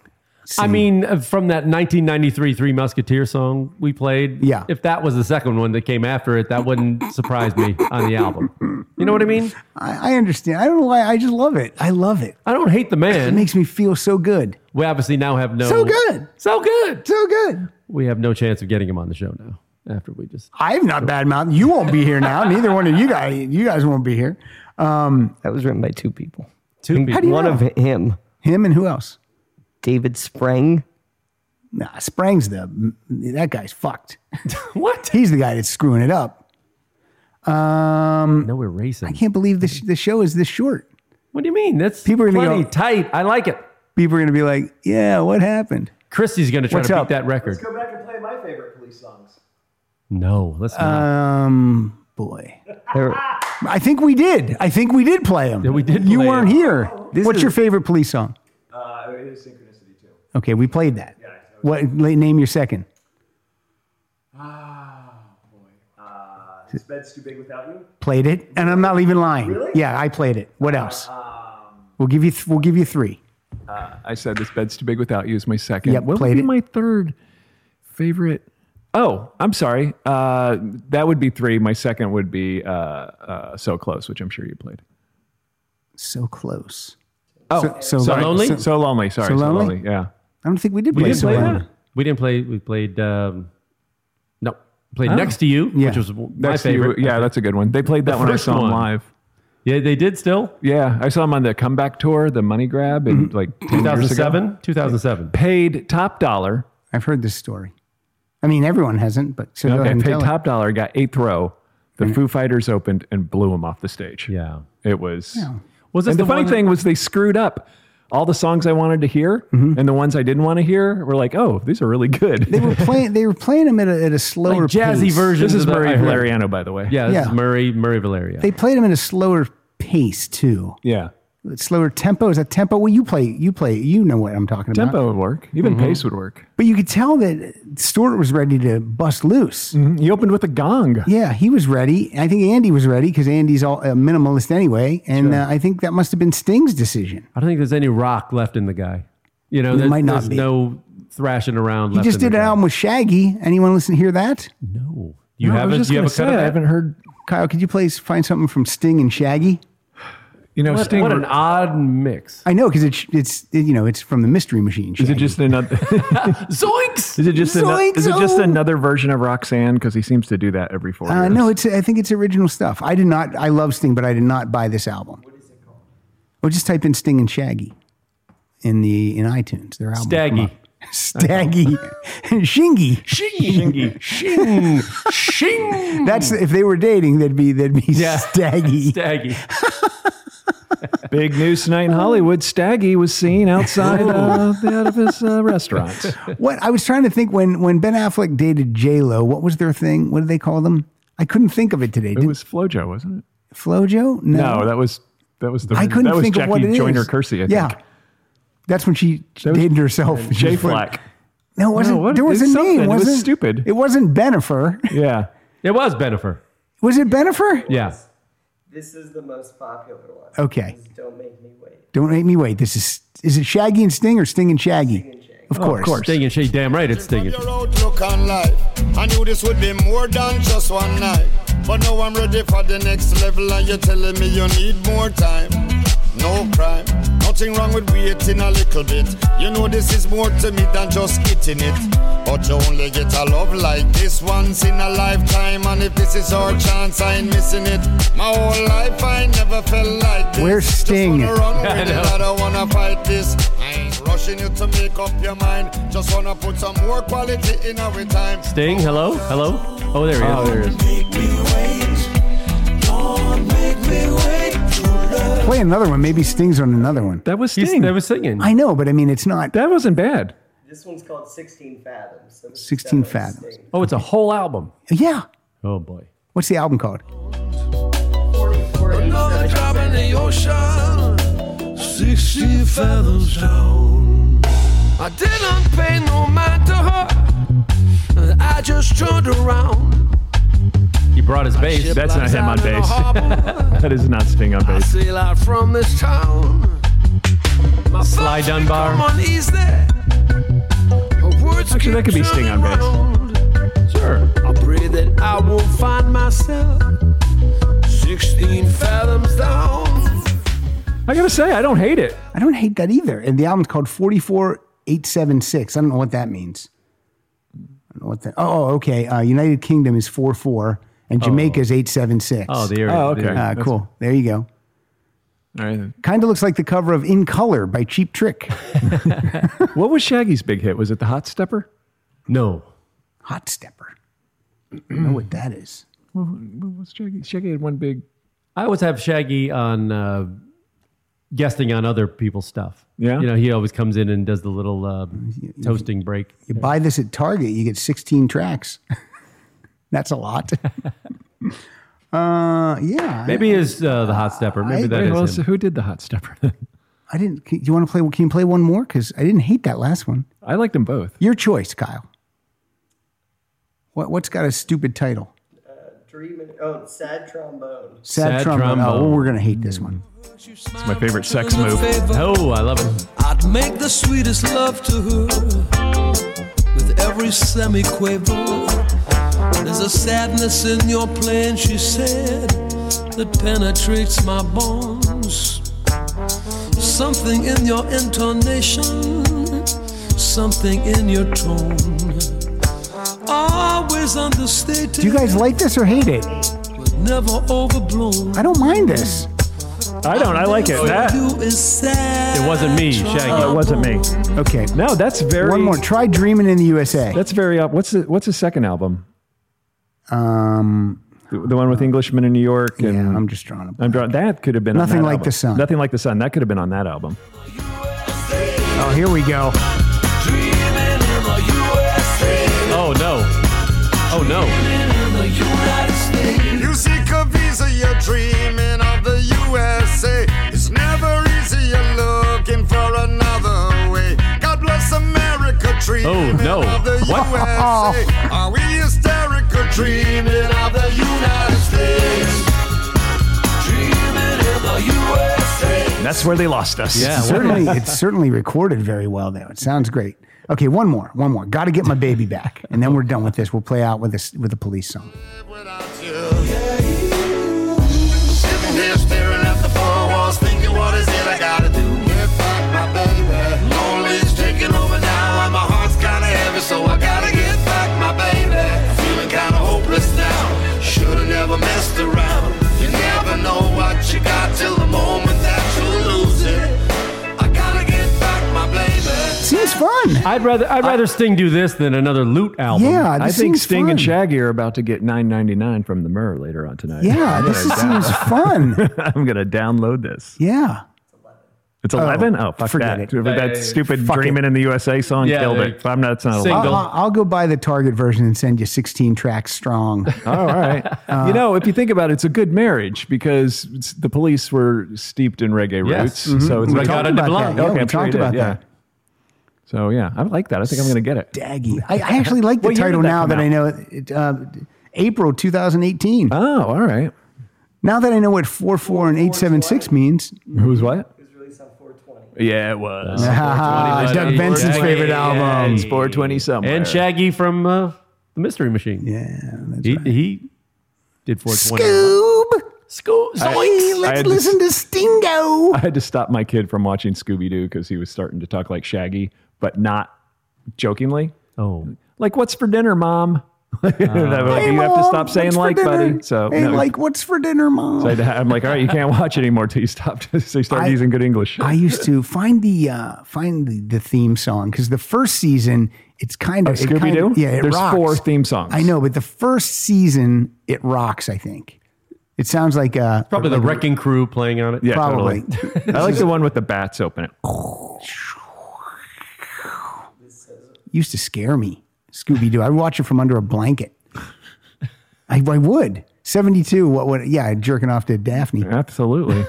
I
sing.
mean, uh, from that 1993 Three Musketeer song we played,
Yeah.
If that was the second one that came after it, that wouldn't surprise me on the album. You know what I mean?
I, I understand. I don't know why. I just love it. I love it.
I don't hate the
It
man.
makes me feel so good.
We obviously now have no
So good.
so good.
So good.
We have no chance of getting him on the show now. After we just
I've not bad mouth. You won't be here now. Neither one of you guys. You guys won't be here.
That was written by two people.
two people.
One of him,
Him and who else?
David Sprang.
Nah, Sprang's the that guy's fucked.
What?
He's the guy that's screwing it up. Um,
No erasing.
can't believe this. The show is this short.
What do you mean? That's
People are gonna
plenty
go-
tight. I like it.
People are gonna be like, "Yeah, what happened?"
Christy's going to try
What's
to
up?
beat that record.
Go back and play my favorite police songs.
No, let's not.
Um, boy,
There-
I think we did. I think we did play him.
Yeah, we did
You
play
weren't
him.
here. What's your favorite police song?
Uh, it is synchronicity too.
Okay, we played that. What? la- Name your second.
Ah, Uh, this bed's too big without you. Uh,
Played it, and I'm not even lying. Yeah, I played it. What else?
um,
we'll give you. Th- we'll give you three.
I said this bed's too big without you is my second.
Yep,
what
played
would be
it.
my third favorite? Oh, I'm sorry. Uh, that would be three. My second would be uh, uh, so close, which I'm sure you played.
So close.
Oh,
So- so
sorry.
Lonely?
So, so lonely. Sorry,
So
so
Lonely?
lonely. Yeah.
I don't think we did
we
play
didn't
so
play
Lonely.
that. We didn't play. We played. Um, no, played next to you,
Yeah.
which was my
That's the-
favorite.
yeah, that's a good one. They played that
The
one. I
first
saw
one.
them live.
yeah, they did still.
Yeah, I saw them on the comeback tour, the Money Grab, in like 10 years ago.
2007, 2007.
Paid top dollar.
I've heard this story. I mean, everyone hasn't, but so go ahead
Okay,
and
paid
tell it.
top dollar, got eighth row. The Foo Fighters opened and blew them off the stage.
Yeah.
It was.
Was this
And
the,
the, funny
one-
thing was, they screwed up all the songs I wanted to hear,
Mm-hmm.
and the ones I didn't want to hear were like, "Oh, these are really good."
They were playing. They were playing them at a, at a slower
Like jazzy
pace.
version.
this is
of the-
Murray
I heard-
Valeriano, by the way.
Yeah, this
Yeah.
is Murray Murray Valeria.
They played them at a slower pace too.
yeah.
Slower tempo is that tempo. Well, you play. You play. You know what I'm talking about.
Tempo would work. Even pace would work.
But you could tell that Stewart was ready to bust loose.
You opened with a gong.
Yeah, he was ready. I think Andy was ready because Andy's all a minimalist anyway, and uh, I think that must have been Sting's decision.
I don't think there's any rock left in the guy. You know,
There
there's,
might not
there's
be.
no thrashing around.
He
left
just
in
did
the
an
guy.
album with Shaggy. Anyone listen to hear that?
No, you
No, I was
haven't.
just
You
gonna
have a
say,
cut of
I
that?
haven't heard.
Kyle, could you please find something from Sting and Shaggy?
You know,
What,
Sting.
what an odd mix.
I know because it's it's it- you know it's from the Mystery Machine.
is
Shaggy.
it just another?
Zoinks!
Is it just ano-
Zoinks,
is it just
oh.
another version of Roxanne? Because he seems to do that every four
Uh,
years.
no, it's I think it's original stuff. I did not. I love Sting, but I did not buy this album. What is it called? Well, just type in Sting and Shaggy in the in iTunes. Their album. will come
Staggy.
up. Staggy, Shingy.
Shing, shing, shing.
That's if they were dating, they'd be they'd be
Yeah.
Staggy.
Staggy.
Big news tonight in
Oh.
Hollywood. Staggy was seen outside uh, the out of his uh, restaurants.
What I was trying to think when when Ben Affleck dated J Lo, what was their thing? What did they call them? I couldn't think of it today.
It
Did
was FloJo, wasn't it?
Flojo? No,
No, that was that was the
I couldn't
that was
think
Jackie
of what it is.
Joyner Kersey. I
yeah,
think.
that's when she
was-
dated herself. She
J
was-
Flack.
No, it wasn't.
No, what-
there was a
it's something.
name.
It was
Wasn't
stupid.
It wasn't Benifer.
Yeah.
It was Benifer.
Was it Benifer?
Yeah.
This is the most popular one.
Okay.
Don't make me wait.
Don't make me wait. This is is it Shaggy and Sting or Sting and Shaggy? Of
Oh,
course. of course.
Stinging shade. Damn right it's
From
stinging.
your outlook on life, I knew this would be more than just one night. But now I'm ready for the next level, and you're telling me you need more time. No crime, nothing wrong with waiting a little bit. You know this is more to me than just getting it. But you only get a love like this once in a lifetime, and if this is our chance, I ain't missing it. My whole life I never felt like this.
Where's
Just
Sting?
wanna run with it, I don't wanna fight this. I ain't
pushing you to make up your mind. Just wanna put some more quality in our time.
Sting, hello, hello. Oh, there he is.
Oh, there he is.
Play another one. Maybe Sting's on another one.
That was Sting.
That was singing.
I know, but I mean, it's not.
That wasn't bad.
This one's called 16 Fathoms. So this is
16
definitely
Fathoms.
Sting.
Oh, it's a whole album.
Yeah.
Oh boy.
What's the album called?
Another drop in the ocean, 60 fathoms down. I didn't pay no mind to her, I just turned around.
He brought his bass.
That's not him on
Ships
bass.
outside in the harbor.
that is not Sting on
I
bass.
sail out from this town. My
Sly
thoughts
Dunbar.
become uneasy. Her words
Actually,
keep
that could be Sting on
turning
bass.
round.
Sure.
I pray that I will find myself 16 fathoms down.
I gotta say, I don't hate it.
I don't hate that either. And the album's called 44876. I don't know what that means. I don't know what that. Oh, oh, okay. Uh, United Kingdom is 44 and Jamaica's 876.
Oh, there.
Oh,
there-
okay.
Uh, cool. There you go.
All right.
Kind of looks like the cover of In Color by Cheap Trick.
What was Shaggy's big hit? Was it the Hot Stepper?
No.
Hot Stepper. I don't know what that is.
What what was Shaggy? Shaggy had one big.
I always have Shaggy on uh, guesting on other people's stuff.
Yeah?
You know, he always comes in and does the little uh, toasting break.
You buy this at Target, you get 16 tracks. That's a lot. uh, yeah.
Maybe is uh, the hot stepper. Maybe
I-
that
Wait, who,
is
else-
him.
who did the Hot Stepper?
I didn't. Can, you want to play? Can you play one more? Because I didn't hate that last one.
I liked them both.
Your choice, Kyle. What what's got a stupid title?
Dreaming. Uh, Oh, Sad Trombone.
Sad,
Sad
trombone. Oh,
Trombone.
we're gonna hate this one.
It's my favorite sex move.
Oh, I love it.
I'd make the sweetest love to her with every semiquaver. There's a sadness in your plan, she said, that penetrates my bones. Something in your intonation, something in your tone. Always understated,
Do you guys like this or hate it?
but never overblown.
I don't mind this.
I don't. I like it.
Oh,
That
You is sad.
It wasn't me, Shaggy.
Oh,
it wasn't me.
Okay.
No, that's very.
One more. Try dreaming in the USA.
That's very up. What's the What's his second album?
Um.
The, the one with Englishman in New York.
Yeah.
And
I'm just drawing a
I'm drawing. That could have been
Nothing
on that
Like
album.
the Sun.
Nothing like the sun. That could have been on that album.
Oh, here we go.
Dreaming in the USA,
Oh no. Oh no.
in the United States.
You seek a visa, you're dreaming of the USA. It's never easy, you're looking for another way. God bless America, dreaming
no.
of the
What?
USA. Are we hysterical, dreaming of the United States?
Dreaming in the USA.
That's where they lost us.
Yeah. what-
Certainly, it's certainly recorded very well though. It sounds great. Okay, one more, one more. Got to get my baby back, and then we're done with this. We'll play out with this with the police song.
Without you. Sitting here staring at the four walls, thinking, what is it I gotta do? Get back, my baby. Lonely's taking over now, and my heart's kinda heavy, so I gotta get back, my baby. Feeling kinda hopeless now, should've never messed around. You never know what you got till the moment that you lose it. I gotta get back, my baby.
Seems fun.
I'd rather I'd rather Sting do this than another Loot album.
Yeah, Uh, this
I think
seems
Sting
fun.
and Shaggy are about to get 9.99 from the Myrrh later on tonight.
Yeah,
I'm
this
gonna
is- seems
down-
fun.
I'm gonna download this.
Yeah.
It's 11. Oh, fuck
forget
that.
it.
Whoever
Yeah,
that
yeah, yeah.
stupid "Dreaming in the USA" song
Yeah,
killed
they-
it. But I'm not. It's not
Sing-
allowed.
I'll,
Don't-
I'll I'll go buy the Target version and send you 16 tracks strong.
Oh, all right.
Uh.
you know, if you think about it, it's a good marriage because it's, the police were steeped in reggae
Yes.
Mm-hmm.
roots. So it's
We
like,
got
talked
it
about
DeBlanc.
that. Yeah,
okay,
Oh, we
I'm sure you
talked
did,
about
yeah.
that.
So yeah, I like that. I think I'm gonna get it.
Daggy. I, I actually like the
What year did
title
that
now
come
that I
out?
know it. it, uh, April 2018.
Oh, all right.
now that I know what 44 and 876 means.
Who's what?
It was released on 420.
Yeah, it was.
Ah,
buddy.
Doug Benson's
Yay.
favorite album.
It's 420 somewhere.
And Shaggy from uh, the Mystery Machine.
Yeah. that's
He,
right.
he did 420.
Scoob.
Scoop.
Hey,
I
let's
had to-
listen to Stingo.
I had to stop my kid from watching Scooby Doo because he was starting to talk like Shaggy, but not jokingly.
Oh.
Like, what's for dinner, mom? They were like,
Uh, Hey,
you have to
Mom,
stop
what's
saying
for
like, buddy.
dinner?
So,
hey,
no.
like, what's for dinner, mom?
So I'd- I'm like, all right, you can't watch anymore till you stop. so you start
I-
using good English.
I used to find the uh, find the, the theme song because the first season it's kind of
Of
it kinda-
Oh, Scooby-Doo?
Yeah, it
There's
rocks.
four theme songs.
I know, but the first season it rocks. I think it sounds like uh,
Probably the Wrecking Crew playing on it.
Yeah,
Probably.
totally. I like the one with the bats open it.
used to scare me. Scooby Doo. I'd watch it from under a blanket. I, I would. Seventy two. What would? Yeah, jerking off to Daphne.
Absolutely.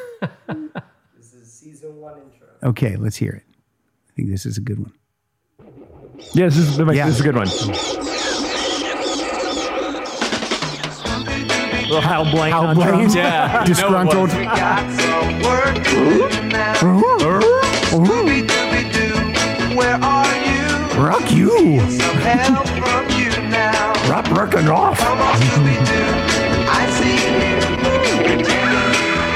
Okay, let's hear it. I think this is a good one.
Yeah, this is,
Yeah.
this is a good one. Little Hal Blaine. on
Blaine?
drums.
Yeah, you know it was. Disgruntled. We
got some work to do now. Scooby Dooby Doo, where are you?
Rock you.
Some help from you now.
Rock rocking off.
Come on, Scooby Doo, I see you.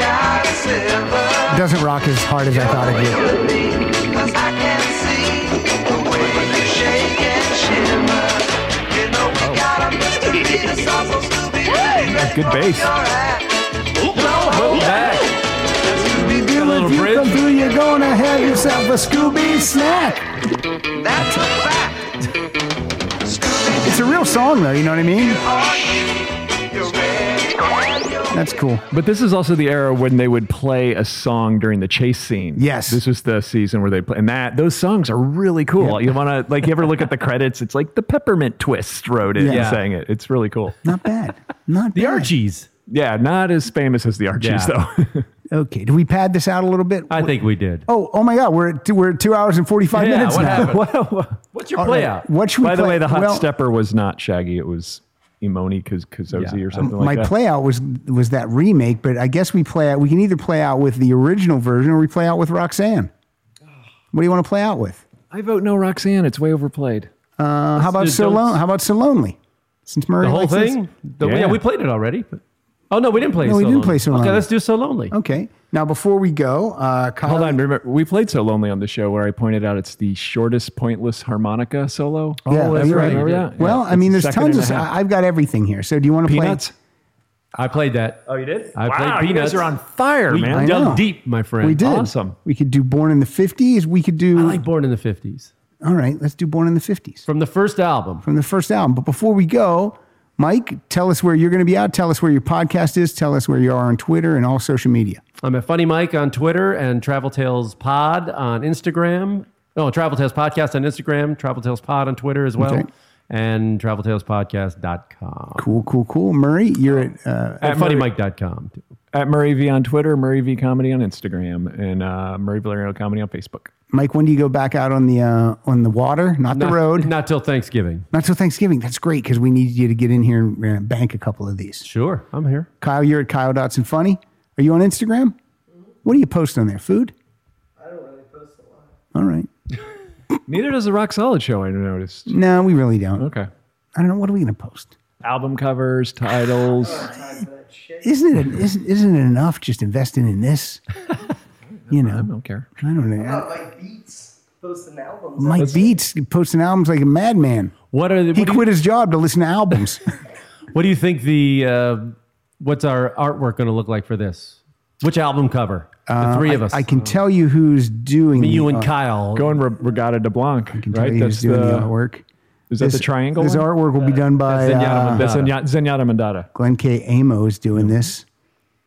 Got a silver
Doesn't rock as hard as I thought it did.
with me, 'cause I can see the way you shake and shimmer. You know we got a mystery that's also Scooby Doo.
That's good bass.
Scooby-Doo,
little
if you
bridge.
come through, you're gonna have yourself a Scooby snack.
That's a fact. Scooby
It's a real song, though. You know what I mean?
You're red and you're
That's cool.
But this is also the era when they would play a song during the chase scene.
Yes.
This was the season where they play, and that those songs are really cool. You want to like you ever look at the credits? It's like the Peppermint Twist wrote it and
Yeah.
sang it. It's really cool.
Not bad. Not
The
bad.
Archies.
Yeah, not as famous as the Archies
Yeah.
though.
Okay. Did we pad this out a little bit?
I think we did.
Oh, oh my God. We're at two, we're at two hours and forty five
Yeah,
minutes
what
now.
happened?
wow.
What's your play out?
What should we
By the
play-
way, the hot
well,
stepper was not Shaggy. It was Imoni Kaz- Kazosi
Yeah.
or something
My
like that.
play out was was that remake, but I guess we play out. We can either play out with the original version or we play out with Roxanne. What do you want to play out with?
I vote no, Roxanne. It's way overplayed.
Uh, how about
just
so
don't-
lonely? How about so lonely? Since Murray
The whole
likes this-
thing? The-
Yeah.
yeah. we played it already. But, oh, no, we didn't play
No,
So
we didn't
Lonely.
play So Lonely.
Okay, let's do So Lonely.
Okay. Now before we go, uh, Kyle,
Hold on, remember we played so lonely on the show where I pointed out it's the shortest pointless harmonica solo.
Yeah,
that's
you're
right.
Remember that? Oh, Yeah,
Well, I
it's
mean,
a
there's
second
tons
and
of.
a half.
I- I've got everything here. So do you want to play?
peanuts.
I played that.
Oh, you did?
I played
wow, you
Peanuts.
guys are on fire,
we
man.
know.
dug deep, my friend.
We did.
Awesome.
We could do Born in the 50s. We could
I
do.
like Born in the 50s.
all right, let's do Born in the 50s
From the first album.
from the first album. But before we go, Mike, tell us where you're going to be out. Tell us where your podcast is. Tell us where you are on Twitter and all social media.
I'm at Funny Mike on Twitter and Travel Tales Pod on Instagram. No, Travel Tales Podcast on Instagram, Travel Tales Pod on Twitter as well,
Okay.
and traveltalespodcast.com.
Cool, cool, cool. Murray, you're at. Uh,
And funnymike.com. too.
At Murray V on Twitter, Murray V Comedy on Instagram, and uh, Murray Valerio Comedy on Facebook.
Mike, when do you go back out on the uh, on the water, not the
Not-
road?
Not till Thanksgiving.
Not till Thanksgiving. That's great because we need you to get in here and uh, bank a couple of these.
Sure, I'm here.
Kyle, you're at Kyle Dotson Funny. Are you on Instagram?
Mm-hmm.
What do you post on there? Food? I don't really post a lot. All right.
Neither does the Rock Solid Show. I
Hmm.
noticed.
No, we really don't.
Okay.
I don't know. What are we going to post?
Album covers, titles.
Isn't it, isn't, isn't it enough just investing in this? You
I
know,
don't care.
I don't know.
Mike Beats posting albums.
Mike Beats posting albums like a madman.
What are the,
He
what, do you,
quit his job to listen to albums.
what do you think the uh, what's our artwork going to look like for this? Which album cover? The three of us.
Uh, I can uh, tell you who's doing
me, you,
the
and
art-
Kyle.
Going Re- Regatta de Blanc,
I can tell
right?
you
That's
who's doing the, artwork.
Is that the triangle?
This
one?
artwork will be done by
Zenyatta
uh,
That's Zenyatta, Zenyatta Mandata.
Glenn K. Amo is doing this.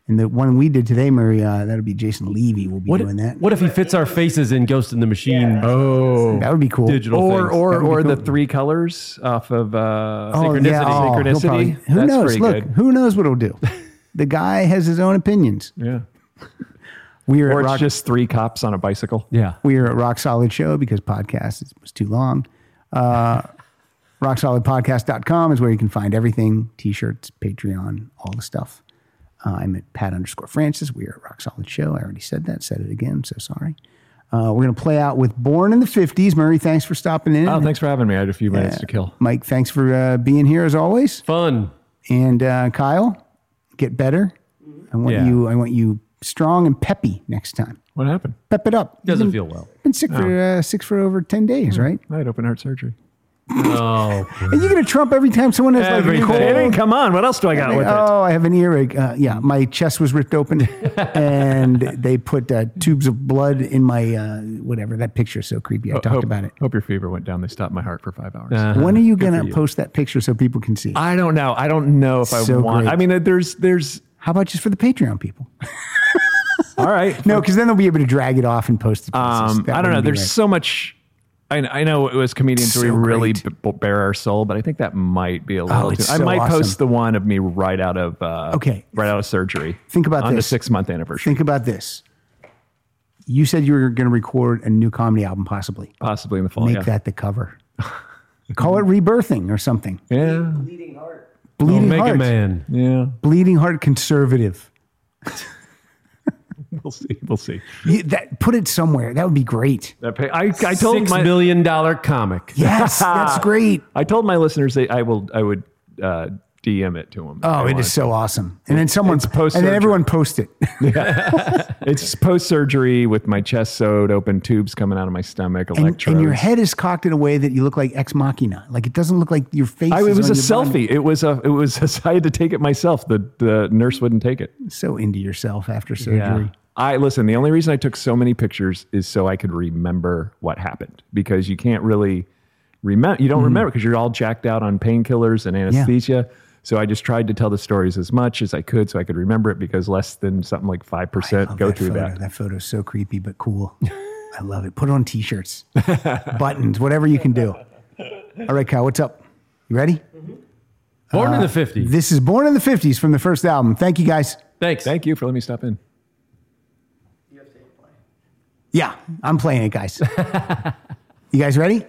And the one we did today, Murray, uh, that'll be Jason Levy will be
what,
doing that.
what if he fits our faces in Ghost in the Machine? Oh,
that would be cool.
digital
Or
things.
or
That'd be
or the
cool.
three colors off of uh,
Oh,
Synchronicity.
yeah. Oh, he'll
Synchronicity.
probably- who
That's
knows?
pretty
Look,
good.
who knows what it'll do? the guy has his own opinions.
Yeah.
We are
Or
at
it's
Rock,
just three cops on a bicycle.
yeah.
we are at Rock Solid Show because podcast is- was too long. Uh, RockSolidPodcast.com is where you can find everything: t-shirts, Patreon, all the stuff. Uh, I'm at Pat underscore Francis. We are at Rock Solid Show. I already said that. Said it again. So sorry. Uh, we're gonna play out with "Born in the '50s." Murray, thanks for stopping in.
Oh, thanks for having me. I had a few minutes to kill.
Mike, thanks for uh, being here as always.
Fun.
And uh, Kyle, get better. I want
Yeah.
you. I want you strong and peppy next time.
What happened?
Pep it up.
Doesn't feel well.
Oh. Mm.
Been sick for uh, sick for over ten days, right?
I had open heart surgery.
No.
Are you going to trump every time someone has
Everything.
like a
It
cold?
ain't come on. What else do I got with it? Mm.
Oh, I have an earache. Uh, yeah, my chest was ripped open, and they put uh, tubes of blood in my uh, whatever. That picture's so creepy. I talked
hope,
about it.
Hope your fever went down. They stopped my heart for five hours.
when are you gonna
Uh, you.
post that picture so people can see?
I don't know. I don't know if I
So
want.
great.
I mean, uh, there's, there's.
How about just for the Patreon people?
All right.
No, because then they'll be able to drag it off and post it. places.
Um,
That
I don't know.
wouldn't be
There's
right.
so much. I, I know it was comedians where we
So
really b-
great. Oh,
b- bare our soul, but I think that might be a little.
it's
too, I
so
might
awesome.
post the one of me right out of uh,
Okay.
right out of surgery.
Think about
on the
this.
six month anniversary,
Think about this. You said you were going to record a new comedy album, possibly.
possibly in the fall.
Make
Oh, yeah.
that the cover. Call it rebirthing or something.
yeah,
Bleeding
Make
heart.
a man.
yeah.
Bleeding heart conservative.
We'll see. We'll see.
You- that put it somewhere. That would be great.
That pay, I, I told
Six
my
million dollar comic.
Yes, that's great.
I told my listeners that I will. I would uh, DM it to them.
Oh, it is so awesome. And then someone's post, and
post-surgery.
then everyone post it.
It's post surgery with my chest sewed open, tubes coming out of my stomach,
and,
electrodes.
and your head is cocked in a way that you look like ex machina. Like it doesn't look like your face.
I, it
is
was a
on your
selfie.
body.
It was a. It was. A, I had to take it myself. The the nurse wouldn't take it.
So into yourself after surgery.
I listen. The only reason I took so many pictures is so I could remember what happened because you can't really remember. You
Mm-hmm.
don't remember because you're all jacked out on painkillers and anesthesia. So I just tried to tell the stories as much as I could so I could remember it because less than something like five percent
Love
go
that
through
photo.
that.
That photo's so creepy but cool. I love it. Put on t-shirts, buttons, whatever you can do. All right, Kyle, what's up? You ready?
Born
Uh,
in the 50s.
This is Born in the 50s from the first album. Thank you guys.
Thanks.
Thank you for letting me stop in.
Yeah, I'm playing it, guys. you guys ready?